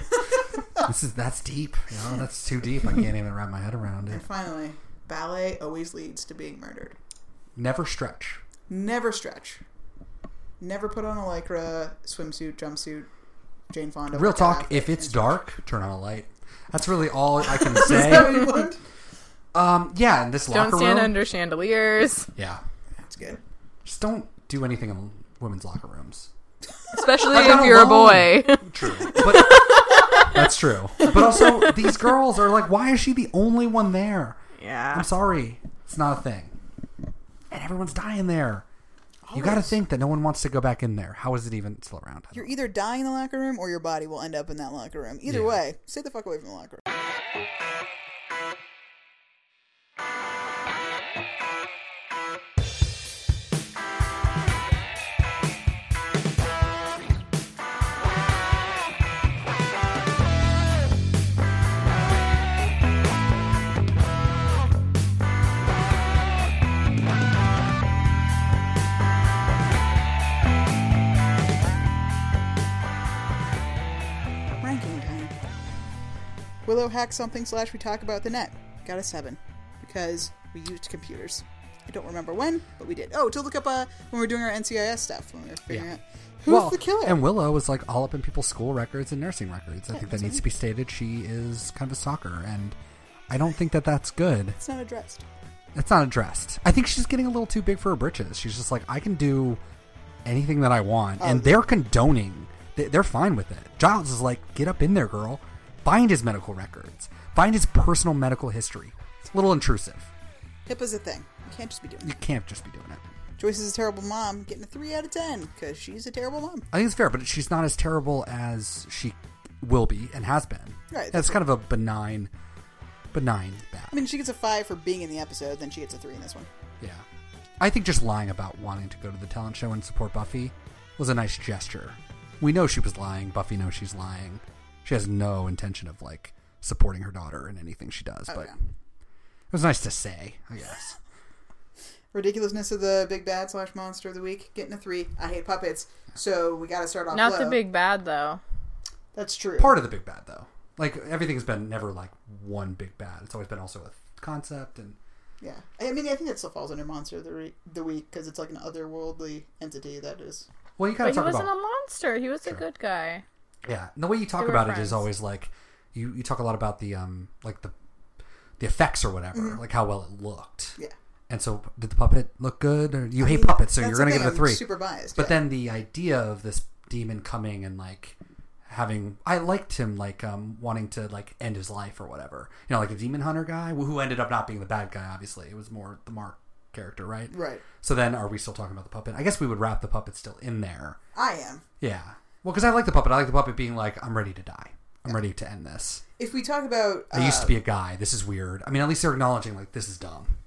Speaker 2: this is that's deep. You know, that's too deep. I can't even wrap my head around it.
Speaker 1: And finally, ballet always leads to being murdered.
Speaker 2: Never stretch.
Speaker 1: Never stretch. Never put on a lycra swimsuit, jumpsuit. Jane Fonda.
Speaker 2: Real
Speaker 1: workout
Speaker 2: talk.
Speaker 1: outfit.
Speaker 2: If it's dark, turn on a light. That's really all I can
Speaker 1: Is
Speaker 2: say.
Speaker 1: that what you learned?
Speaker 2: Um, yeah, in this
Speaker 13: Don't
Speaker 2: locker
Speaker 13: stand
Speaker 2: room.
Speaker 13: under chandeliers.
Speaker 2: yeah,
Speaker 1: That's good.
Speaker 2: just don't do anything in women's locker rooms.
Speaker 13: Especially
Speaker 2: Like,
Speaker 13: if
Speaker 2: I'm
Speaker 13: you're
Speaker 2: alone.
Speaker 13: a boy.
Speaker 2: True. But that's true. But also, these girls are like, why is she the only one there?
Speaker 13: Yeah.
Speaker 2: I'm sorry, it's not a thing. And everyone's dying there. You got to think that no one wants to go back in there. How is it even still around?
Speaker 1: You're either dying in the locker room, or your body will end up in that locker room. Either
Speaker 2: Yeah.
Speaker 1: way, stay the fuck away from the locker room. Ranking time. Willow hacked something slash we talk about the net. Got a seven because we used computers. I don't remember when, but we did. Oh, to look up uh, when we were doing our NCIS stuff when we were figuring out who's
Speaker 2: well,
Speaker 1: the killer.
Speaker 2: And Willow was like all up in people's school records and nursing records. I think that
Speaker 1: that's
Speaker 2: needs to be stated. She is kind of a stalker, and I don't think that that's good.
Speaker 1: it's not addressed.
Speaker 2: That's not addressed. I think she's getting a little too big for her britches. She's just like, I can do anything that I want,
Speaker 1: Oh.
Speaker 2: and they're condoning. They- They're fine with it. Giles is like, get up in there, girl. Find his medical records. Find his personal medical history. It's a little intrusive.
Speaker 1: HIPAA's a thing. You can't just be doing
Speaker 2: You
Speaker 1: it.
Speaker 2: can't just be doing it.
Speaker 1: Joyce is a terrible mom, getting a three out of ten because she's a terrible mom.
Speaker 2: I think it's fair, but she's not as terrible as she will be and has been.
Speaker 1: Right,
Speaker 2: That's
Speaker 1: that's
Speaker 2: kind of a benign, benign bad.
Speaker 1: I mean, she gets a five for being in the episode, then she gets a three in this one.
Speaker 2: Yeah. I think just lying about wanting to go to the talent show and support Buffy was a nice gesture. We know she was lying. Buffy knows she's lying. She has no intention of like supporting her daughter in anything she does,
Speaker 1: Oh,
Speaker 2: but
Speaker 1: yeah.
Speaker 2: was nice to say, I guess.
Speaker 1: Ridiculousness of the big bad slash monster of the week. Getting a three. I hate puppets, so we got to start off.
Speaker 13: Not
Speaker 1: low.
Speaker 13: the big bad though.
Speaker 1: That's true.
Speaker 2: Part of the big bad though. Like everything's been never like one big bad. It's always been also a concept and
Speaker 1: Yeah, I mean, I think that still falls under monster of the, re- the week because it's like an otherworldly entity that is.
Speaker 2: well, you kind
Speaker 13: But
Speaker 2: of
Speaker 13: he
Speaker 2: talk
Speaker 13: wasn't
Speaker 2: about
Speaker 13: a monster. He was a good guy.
Speaker 2: Yeah, and the way you talk
Speaker 13: They were
Speaker 2: about it
Speaker 13: friends.
Speaker 2: is always like you, you talk a lot about the um like the the effects or whatever,
Speaker 1: Mhm.
Speaker 2: like how well it looked.
Speaker 1: Yeah.
Speaker 2: And so, did the puppet look good? Or you
Speaker 1: I
Speaker 2: hate
Speaker 1: mean,
Speaker 2: puppets, so
Speaker 1: that's
Speaker 2: you're gonna
Speaker 1: the
Speaker 2: give it a
Speaker 1: thing, I'm
Speaker 2: three.
Speaker 1: super biased,
Speaker 2: But
Speaker 1: yeah.
Speaker 2: then the idea of this demon coming and like having, I liked him like um wanting to like end his life or whatever. You know, like the demon hunter guy who ended up not being the bad guy. Obviously, it was more the Mark character, right?
Speaker 1: Right.
Speaker 2: So then, are we still talking about the puppet? I guess we would wrap the puppet still in there.
Speaker 1: I am.
Speaker 2: Yeah. Well, because I like the puppet. I like the puppet being like, I'm ready to die. I'm ready to end this.
Speaker 1: If we talk about,
Speaker 2: I used
Speaker 1: uh,
Speaker 2: to be a guy. This is weird. I mean, at least they're acknowledging like this is dumb.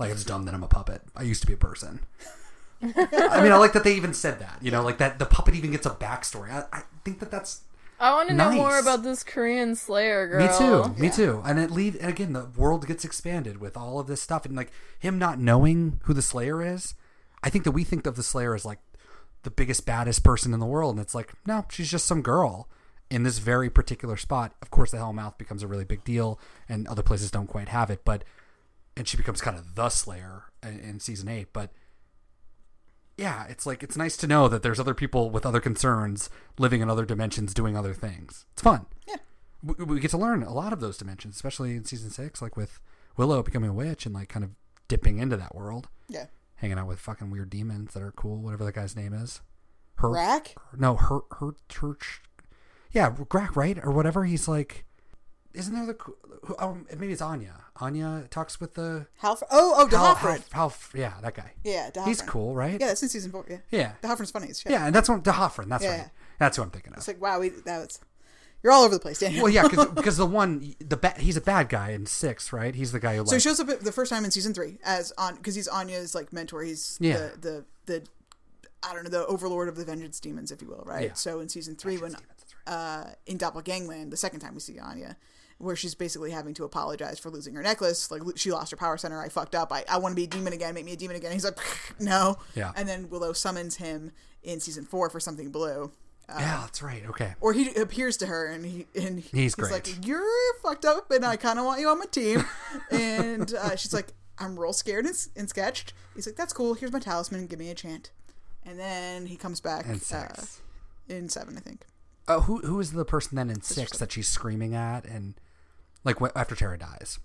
Speaker 2: Like it's dumb that I'm a puppet. I used to be a person. I mean, I like that they even said that. You know, like that the puppet even gets a backstory. I, I think that that's
Speaker 13: I want to know more
Speaker 2: Nice.
Speaker 13: about this Korean Slayer girl.
Speaker 2: me too. Me too. And it lead and again the world gets expanded with all of this stuff and like him not knowing who the Slayer is. I think that we think of the Slayer as like the biggest baddest person in the world, and it's like no, she's just some girl in this very particular spot. Of course, the Hellmouth becomes a really big deal, and other places don't quite have it. But and she becomes kind of the Slayer in, in season eight. But yeah, it's like it's nice to know that there's other people with other concerns living in other dimensions, doing other things. It's fun.
Speaker 1: Yeah,
Speaker 2: we, we get to learn a lot of those dimensions, especially in season six, like with Willow becoming a witch and like kind of dipping into that world,
Speaker 1: Yeah.
Speaker 2: hanging out with fucking weird demons that are cool, whatever that guy's name is. Her
Speaker 1: Rack?
Speaker 2: No, her her church. Yeah, Grack, right or whatever. He's like, isn't there the co- who- um, maybe it's Anya. Anya talks with the
Speaker 1: Half. Oh, oh,
Speaker 2: Hal-
Speaker 1: DeHoffred.
Speaker 2: Hal- Hal- yeah, that guy.
Speaker 1: Yeah, DeHoffred.
Speaker 2: he's cool, right?
Speaker 1: Yeah, that's in season four. Yeah.
Speaker 2: Yeah.
Speaker 1: DeHoffred's funny as shit.
Speaker 2: yeah, and that's what DeHoffren. That's
Speaker 1: Yeah,
Speaker 2: right.
Speaker 1: yeah.
Speaker 2: That's who I'm thinking of.
Speaker 1: It's like wow, we that was. You're all over the place, Daniel.
Speaker 2: Well, yeah, because the one the ba- he's a bad guy in six, right? He's the guy who like
Speaker 1: So he shows up at- the first time in season three as on because he's Anya's like mentor. He's
Speaker 2: Yeah.
Speaker 1: the, the the I don't know the overlord of the vengeance demons, if you will, right?
Speaker 2: Yeah.
Speaker 1: So in season three, when uh, in Doppelgangland, the second time we see Anya, where she's basically having to apologize for losing her necklace, like lo- she lost her power center. I fucked up. I, I want to be a demon again. Make me a demon again. He's like, no.
Speaker 2: Yeah.
Speaker 1: And then Willow summons him in season four for something blue. Uh,
Speaker 2: yeah, that's right. Okay.
Speaker 1: Or he appears to her and he and he-
Speaker 2: He's
Speaker 1: like, "You're fucked up, and I kind of want you on my team." and uh, she's like, "I'm real scared and, s- and sketched." He's like, "That's cool. Here's my talisman. Give me a chant." And then he comes back
Speaker 2: In
Speaker 1: uh,
Speaker 2: six.
Speaker 1: in seven, I think.
Speaker 2: Uh, who who is the person then in six that she's screaming at and like wh- after Tara dies?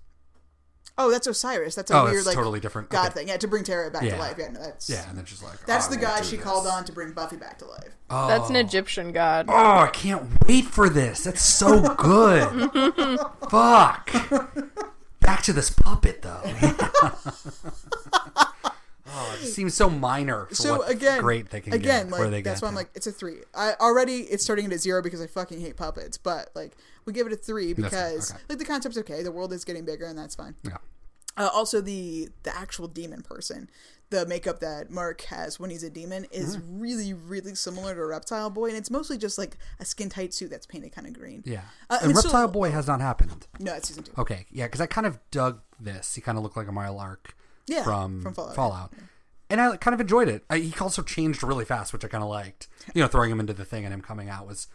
Speaker 1: Oh, that's Osiris. That's a
Speaker 2: Oh,
Speaker 1: weird,
Speaker 2: that's
Speaker 1: like
Speaker 2: totally different.
Speaker 1: God
Speaker 2: Okay.
Speaker 1: thing. Yeah, to bring Tara back
Speaker 2: Yeah.
Speaker 1: to life. Yeah, no, that's
Speaker 2: Yeah, and then she's like, "Oh,
Speaker 1: that's the
Speaker 2: "I won't
Speaker 1: guy
Speaker 2: do
Speaker 1: she
Speaker 2: this."
Speaker 1: called on to bring Buffy back to life.
Speaker 2: Oh.
Speaker 13: That's an Egyptian god.
Speaker 2: Oh, I can't wait for this. That's so good. Fuck. Back to this puppet though. oh, it seems so minor. For
Speaker 1: so
Speaker 2: what
Speaker 1: again,
Speaker 2: great they can
Speaker 1: again,
Speaker 2: get,
Speaker 1: like
Speaker 2: where they
Speaker 1: that's
Speaker 2: get
Speaker 1: why I'm like it's a three. I already it's starting at a zero because I fucking hate puppets, but like we give it a three
Speaker 2: That's fine,
Speaker 1: because
Speaker 2: okay.
Speaker 1: like the concept's okay. The world is getting bigger and that's fine.
Speaker 2: Yeah.
Speaker 1: Uh, also, the the actual demon person, the makeup that Mark has when he's a demon is
Speaker 2: Hmm.
Speaker 1: really really similar to Reptile Boy, and it's mostly just like a skin tight suit that's painted kind of green.
Speaker 2: yeah.
Speaker 1: Uh,
Speaker 2: and
Speaker 1: it's still-
Speaker 2: Reptile Boy has not happened.
Speaker 1: No, it's season two.
Speaker 2: Okay, yeah, because I kind of dug this. He kind of looked like a Mile Lark
Speaker 1: Yeah,
Speaker 2: from,
Speaker 1: from Fallout,
Speaker 2: Fallout.
Speaker 1: yeah.
Speaker 2: And I kind of enjoyed it. I, he also changed really fast, which I kind of liked. You know, throwing him into the thing and him coming out was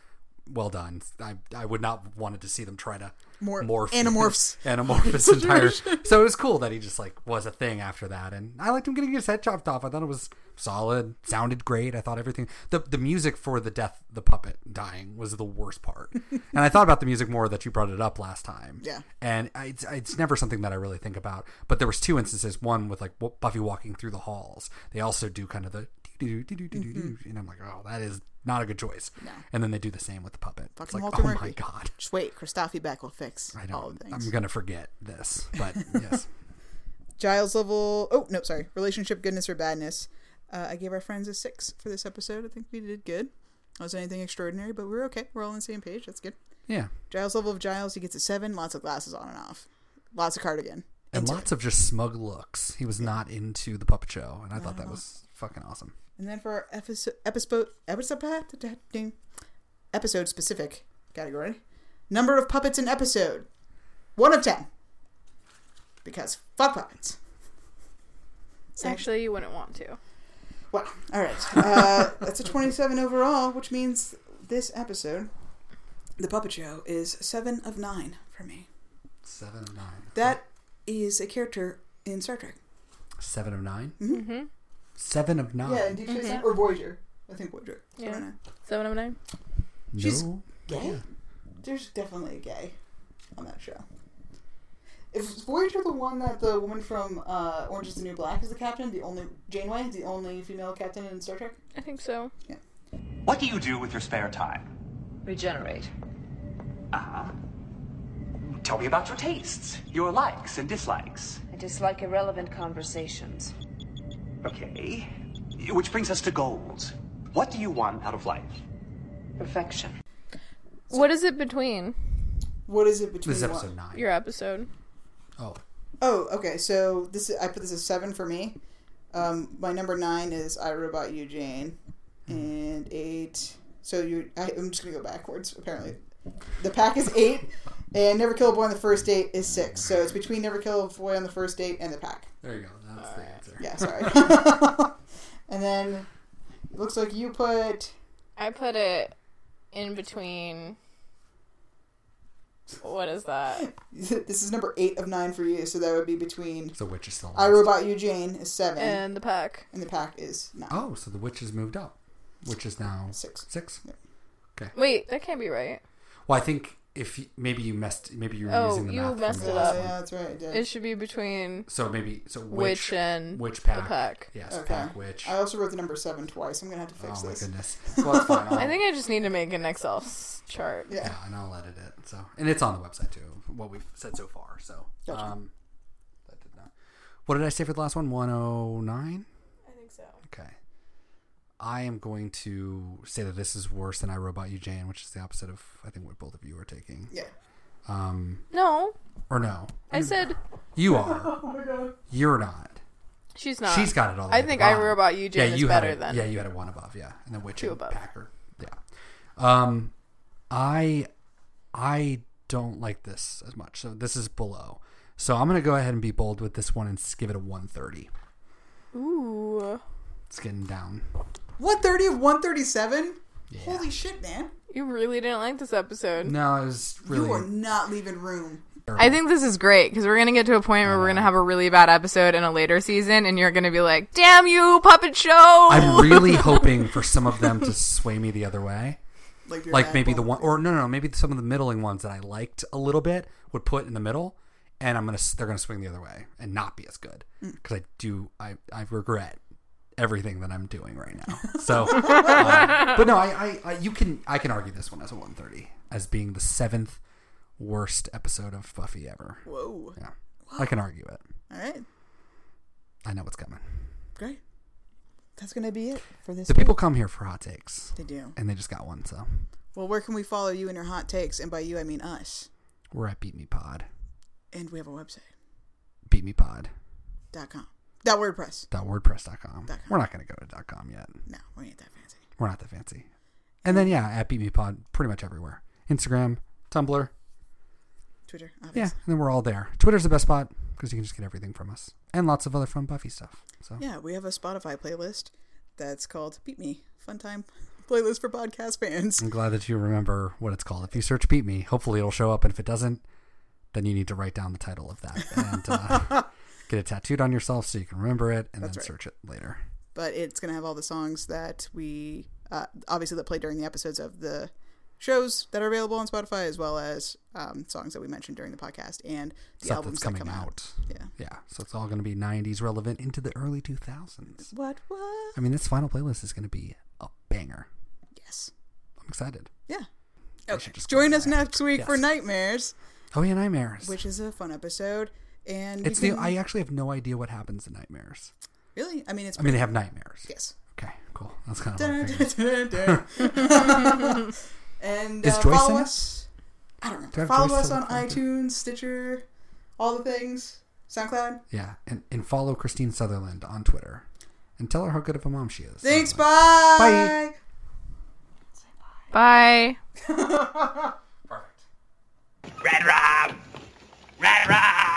Speaker 2: well done. I, I would not wanted to see them try to
Speaker 1: Mor-
Speaker 2: morph
Speaker 1: anamorphs.
Speaker 2: anamorph his entire. So it was cool that he just like was a thing after that, and I liked him getting his head chopped off. I thought it was solid, sounded great. I thought everything. The the music for the death, the puppet dying was the worst part, and I thought about the music more that you brought it up last time
Speaker 1: Yeah.
Speaker 2: and I, it's, it's never something that I really think about. But there was two instances. One with like w- Buffy walking through the halls. They also do kind of the doo-doo, doo-doo, doo-doo,
Speaker 1: Mm-hmm.
Speaker 2: doo-doo, and I'm like, oh, that is not a good choice. And then they do the same with the puppet. It's
Speaker 1: Fucking
Speaker 2: like,
Speaker 1: Walter
Speaker 2: oh
Speaker 1: Murphy.
Speaker 2: my god,
Speaker 1: Just wait, Christophe back will fix
Speaker 2: I
Speaker 1: all
Speaker 2: don't.
Speaker 1: the things.
Speaker 2: I'm gonna forget this. But yes,
Speaker 1: Giles level. Oh no, sorry. Relationship goodness or badness. Uh, I gave our friends a six for this episode. I think we did good. Wasn't anything extraordinary, but we were okay. We're all on the same page. That's good.
Speaker 2: yeah,
Speaker 1: Giles level of Giles. He gets a seven. Lots of glasses on and off. Lots of cardigan.
Speaker 2: and lots of just smug looks. He was not into the puppet show, and I thought that was fucking awesome.
Speaker 1: And then for our episode episode episode episode specific category, number of puppets in episode, one of ten. because fuck puppets.
Speaker 3: Actually, you wouldn't want to.
Speaker 1: Well, all right. Uh, that's a 27 overall, which means this episode, The Puppet Show, is 7 of 9 for me.
Speaker 2: Seven of nine.
Speaker 1: That is a character in Star Trek.
Speaker 2: Seven of nine.
Speaker 1: Mm-hmm.
Speaker 2: Seven of nine.
Speaker 1: Yeah, in Deep Space Nine or Voyager. I think Voyager. I
Speaker 3: Yeah.
Speaker 1: don't know.
Speaker 3: Seven
Speaker 13: oh
Speaker 3: of nine.
Speaker 1: She's
Speaker 2: No.
Speaker 1: gay. There's definitely a gay on that show. Is Voyager the one that the woman from uh, Orange is the New Black is the captain? The only Janeway, the only female captain in Star Trek.
Speaker 3: I think so.
Speaker 1: Yeah.
Speaker 14: What do you do with your spare time?
Speaker 9: Regenerate.
Speaker 14: Uh huh. Tell me about your tastes, your likes and dislikes.
Speaker 9: I dislike irrelevant conversations.
Speaker 14: Okay. Which brings us to goals. What do you want out of life?
Speaker 9: Perfection.
Speaker 3: What is it between?
Speaker 1: What is it between?
Speaker 2: This is
Speaker 1: what-
Speaker 2: episode nine.
Speaker 3: Your episode.
Speaker 2: Oh,
Speaker 1: Oh, okay. So this is, I put this as seven for me. Um, my number nine is I Robot You Jane, and eight. So you, I, I'm just gonna go backwards. Apparently, the pack is eight, and Never Kill a Boy on the First Date is six. So it's between Never Kill a Boy on the First Date and the pack.
Speaker 2: there you go. That's the answer.
Speaker 1: Yeah, sorry. and then it looks like you put
Speaker 3: I put it in between. What is that?
Speaker 1: this is number eight of nine for you, so that would be between
Speaker 2: the witch is still.
Speaker 1: I Robot You Jane is seven,
Speaker 3: And the pack.
Speaker 1: and the pack is nine.
Speaker 2: Oh, so the witch has moved up, which is now
Speaker 1: six.
Speaker 2: Six. Okay.
Speaker 3: Wait, that can't be right.
Speaker 2: Well, I think if you, maybe you messed, maybe you were
Speaker 3: Oh,
Speaker 2: using the math
Speaker 3: you
Speaker 2: from
Speaker 3: messed
Speaker 2: the
Speaker 3: it
Speaker 2: last
Speaker 3: up.
Speaker 2: one.
Speaker 1: that's right. It, did.
Speaker 3: It should be between.
Speaker 2: So maybe so
Speaker 3: Witch
Speaker 2: witch,
Speaker 3: and
Speaker 2: witch
Speaker 3: the
Speaker 2: pack.
Speaker 3: pack.
Speaker 2: Yes, pack witch.
Speaker 1: I also wrote the number seven twice. I'm gonna have to
Speaker 2: Oh
Speaker 1: fix
Speaker 2: my
Speaker 1: this.
Speaker 2: goodness. Well, it's fine. I'll-
Speaker 3: I think I just need to make an Excel s- chart.
Speaker 1: Yeah.
Speaker 2: and I'll edit it. So, and it's on the website too. What we've said so far. So,
Speaker 1: Gotcha.
Speaker 2: um, that did not. What did I say for the last one? One oh nine.
Speaker 3: I think so.
Speaker 2: Okay. I am going to say that this is worse than I Robot You Jane, which is the opposite of I think what both of you are taking.
Speaker 1: Yeah.
Speaker 2: Um,
Speaker 3: No,
Speaker 2: or no,
Speaker 3: I said
Speaker 2: you are.
Speaker 1: Oh my god.
Speaker 2: You're not.
Speaker 3: she's not.
Speaker 2: She's got it all. the
Speaker 3: I
Speaker 2: way
Speaker 3: think
Speaker 2: at
Speaker 3: I
Speaker 2: the bottom.
Speaker 3: Robot You Jane
Speaker 2: yeah,
Speaker 3: is
Speaker 2: you had
Speaker 3: better
Speaker 2: it-
Speaker 3: than.
Speaker 2: Yeah, you had it one above. Yeah, and then Witch
Speaker 3: Two
Speaker 2: and
Speaker 3: above.
Speaker 2: Packer. Yeah. Um, I I don't like this as much. So this is below. So I'm gonna go ahead and be bold with this one and s- give it a 130.
Speaker 3: Ooh,
Speaker 2: It's getting down.
Speaker 1: One thirty of one thirty seven. Holy shit, man!
Speaker 3: you really didn't like this episode.
Speaker 2: No, it was
Speaker 1: You are
Speaker 2: really.
Speaker 1: not leaving room.
Speaker 3: I think this is great because we're gonna get to a point where we're gonna have a really bad episode in a later season, and you're gonna be like, "Damn you, puppet show!"
Speaker 2: I'm really hoping for some of them to sway me the other way.
Speaker 1: Like, your
Speaker 2: like
Speaker 1: bad
Speaker 2: maybe the
Speaker 1: boy.
Speaker 2: one or no no no, maybe some of the middling ones that I liked a little bit would put in the middle and I'm gonna s- they're gonna swing the other way and not be as good
Speaker 1: Mm.
Speaker 2: because I do I I regret everything that I'm doing right now so uh, but no I, I I you can I can argue this one as a 130 as being the seventh worst episode of Buffy ever
Speaker 1: Whoa.
Speaker 2: yeah I can argue it
Speaker 1: All right.
Speaker 2: I know what's coming
Speaker 1: Great. That's gonna be it for this.
Speaker 2: the people
Speaker 1: week.
Speaker 2: come here for hot takes
Speaker 1: They do.
Speaker 2: and they just got one so
Speaker 1: Well, where can we follow you and your hot takes? And by you, I mean us.
Speaker 2: we're at Beat Me Pod
Speaker 1: And we have a website.
Speaker 2: Beat Me Pod
Speaker 1: dot com. Dot WordPress.
Speaker 2: dot wordpress.com.
Speaker 1: Dot com.
Speaker 2: We're not going to go to dot .com yet.
Speaker 1: No, we ain't that fancy.
Speaker 2: We're not that fancy. And then yeah, at Beat Me Pod, pretty much everywhere. Instagram, Tumblr,
Speaker 1: Twitter. Obviously.
Speaker 2: yeah, and then we're all there. Twitter's the best spot because you can just get everything from us and lots of other fun Buffy stuff. So
Speaker 1: Yeah, we have a Spotify playlist that's called Beat Me Fun Time Playlist for Podcast Fans.
Speaker 2: I'm glad that you remember what it's called. If you search Beat Me, hopefully it'll show up. And if it doesn't, then you need to write down the title of that and uh, get it tattooed on yourself so you can remember it and
Speaker 1: That's
Speaker 2: then
Speaker 1: right.
Speaker 2: search it later.
Speaker 1: But it's going to have all the songs that we uh, obviously that play during the episodes of the shows that are available on Spotify, as well as um, songs that we mentioned during the podcast and the
Speaker 2: Stuff
Speaker 1: albums
Speaker 2: that's coming
Speaker 1: that come out.
Speaker 2: out.
Speaker 1: Yeah.
Speaker 2: Yeah. So it's all going to be 90s relevant into the early 2000s.
Speaker 1: What? What?
Speaker 2: I mean, this final playlist is going to be a banger.
Speaker 1: Yes.
Speaker 2: I'm excited.
Speaker 1: Yeah.
Speaker 2: I
Speaker 1: Okay.
Speaker 2: should just
Speaker 1: Join
Speaker 2: go
Speaker 1: us next week for
Speaker 2: Yes.
Speaker 1: Nightmares,
Speaker 2: Oh yeah, nightmares.
Speaker 1: which is a fun episode. And you
Speaker 2: it's new.
Speaker 1: can-
Speaker 2: I actually have no idea what happens in nightmares.
Speaker 1: really, I mean, it's
Speaker 2: I mean, they have nightmares.
Speaker 1: yes.
Speaker 2: Okay, cool. That's kind of. What I
Speaker 1: Dun,
Speaker 2: figured.
Speaker 1: dun, dun, dun. and
Speaker 2: Is
Speaker 1: uh,
Speaker 2: Joyce
Speaker 1: follow
Speaker 2: in it?
Speaker 1: us. I don't know.
Speaker 2: Do I have
Speaker 1: follow
Speaker 2: Joyce
Speaker 1: us
Speaker 2: still
Speaker 1: on
Speaker 2: in it?
Speaker 1: iTunes, Stitcher, all the things, SoundCloud.
Speaker 2: Yeah, and and follow Christine Sutherland on Twitter, and tell her how good of a mom she is.
Speaker 1: Thanks. Bye.
Speaker 2: Bye.
Speaker 3: Bye.
Speaker 1: Bye.
Speaker 10: Red Rob! Red Rob!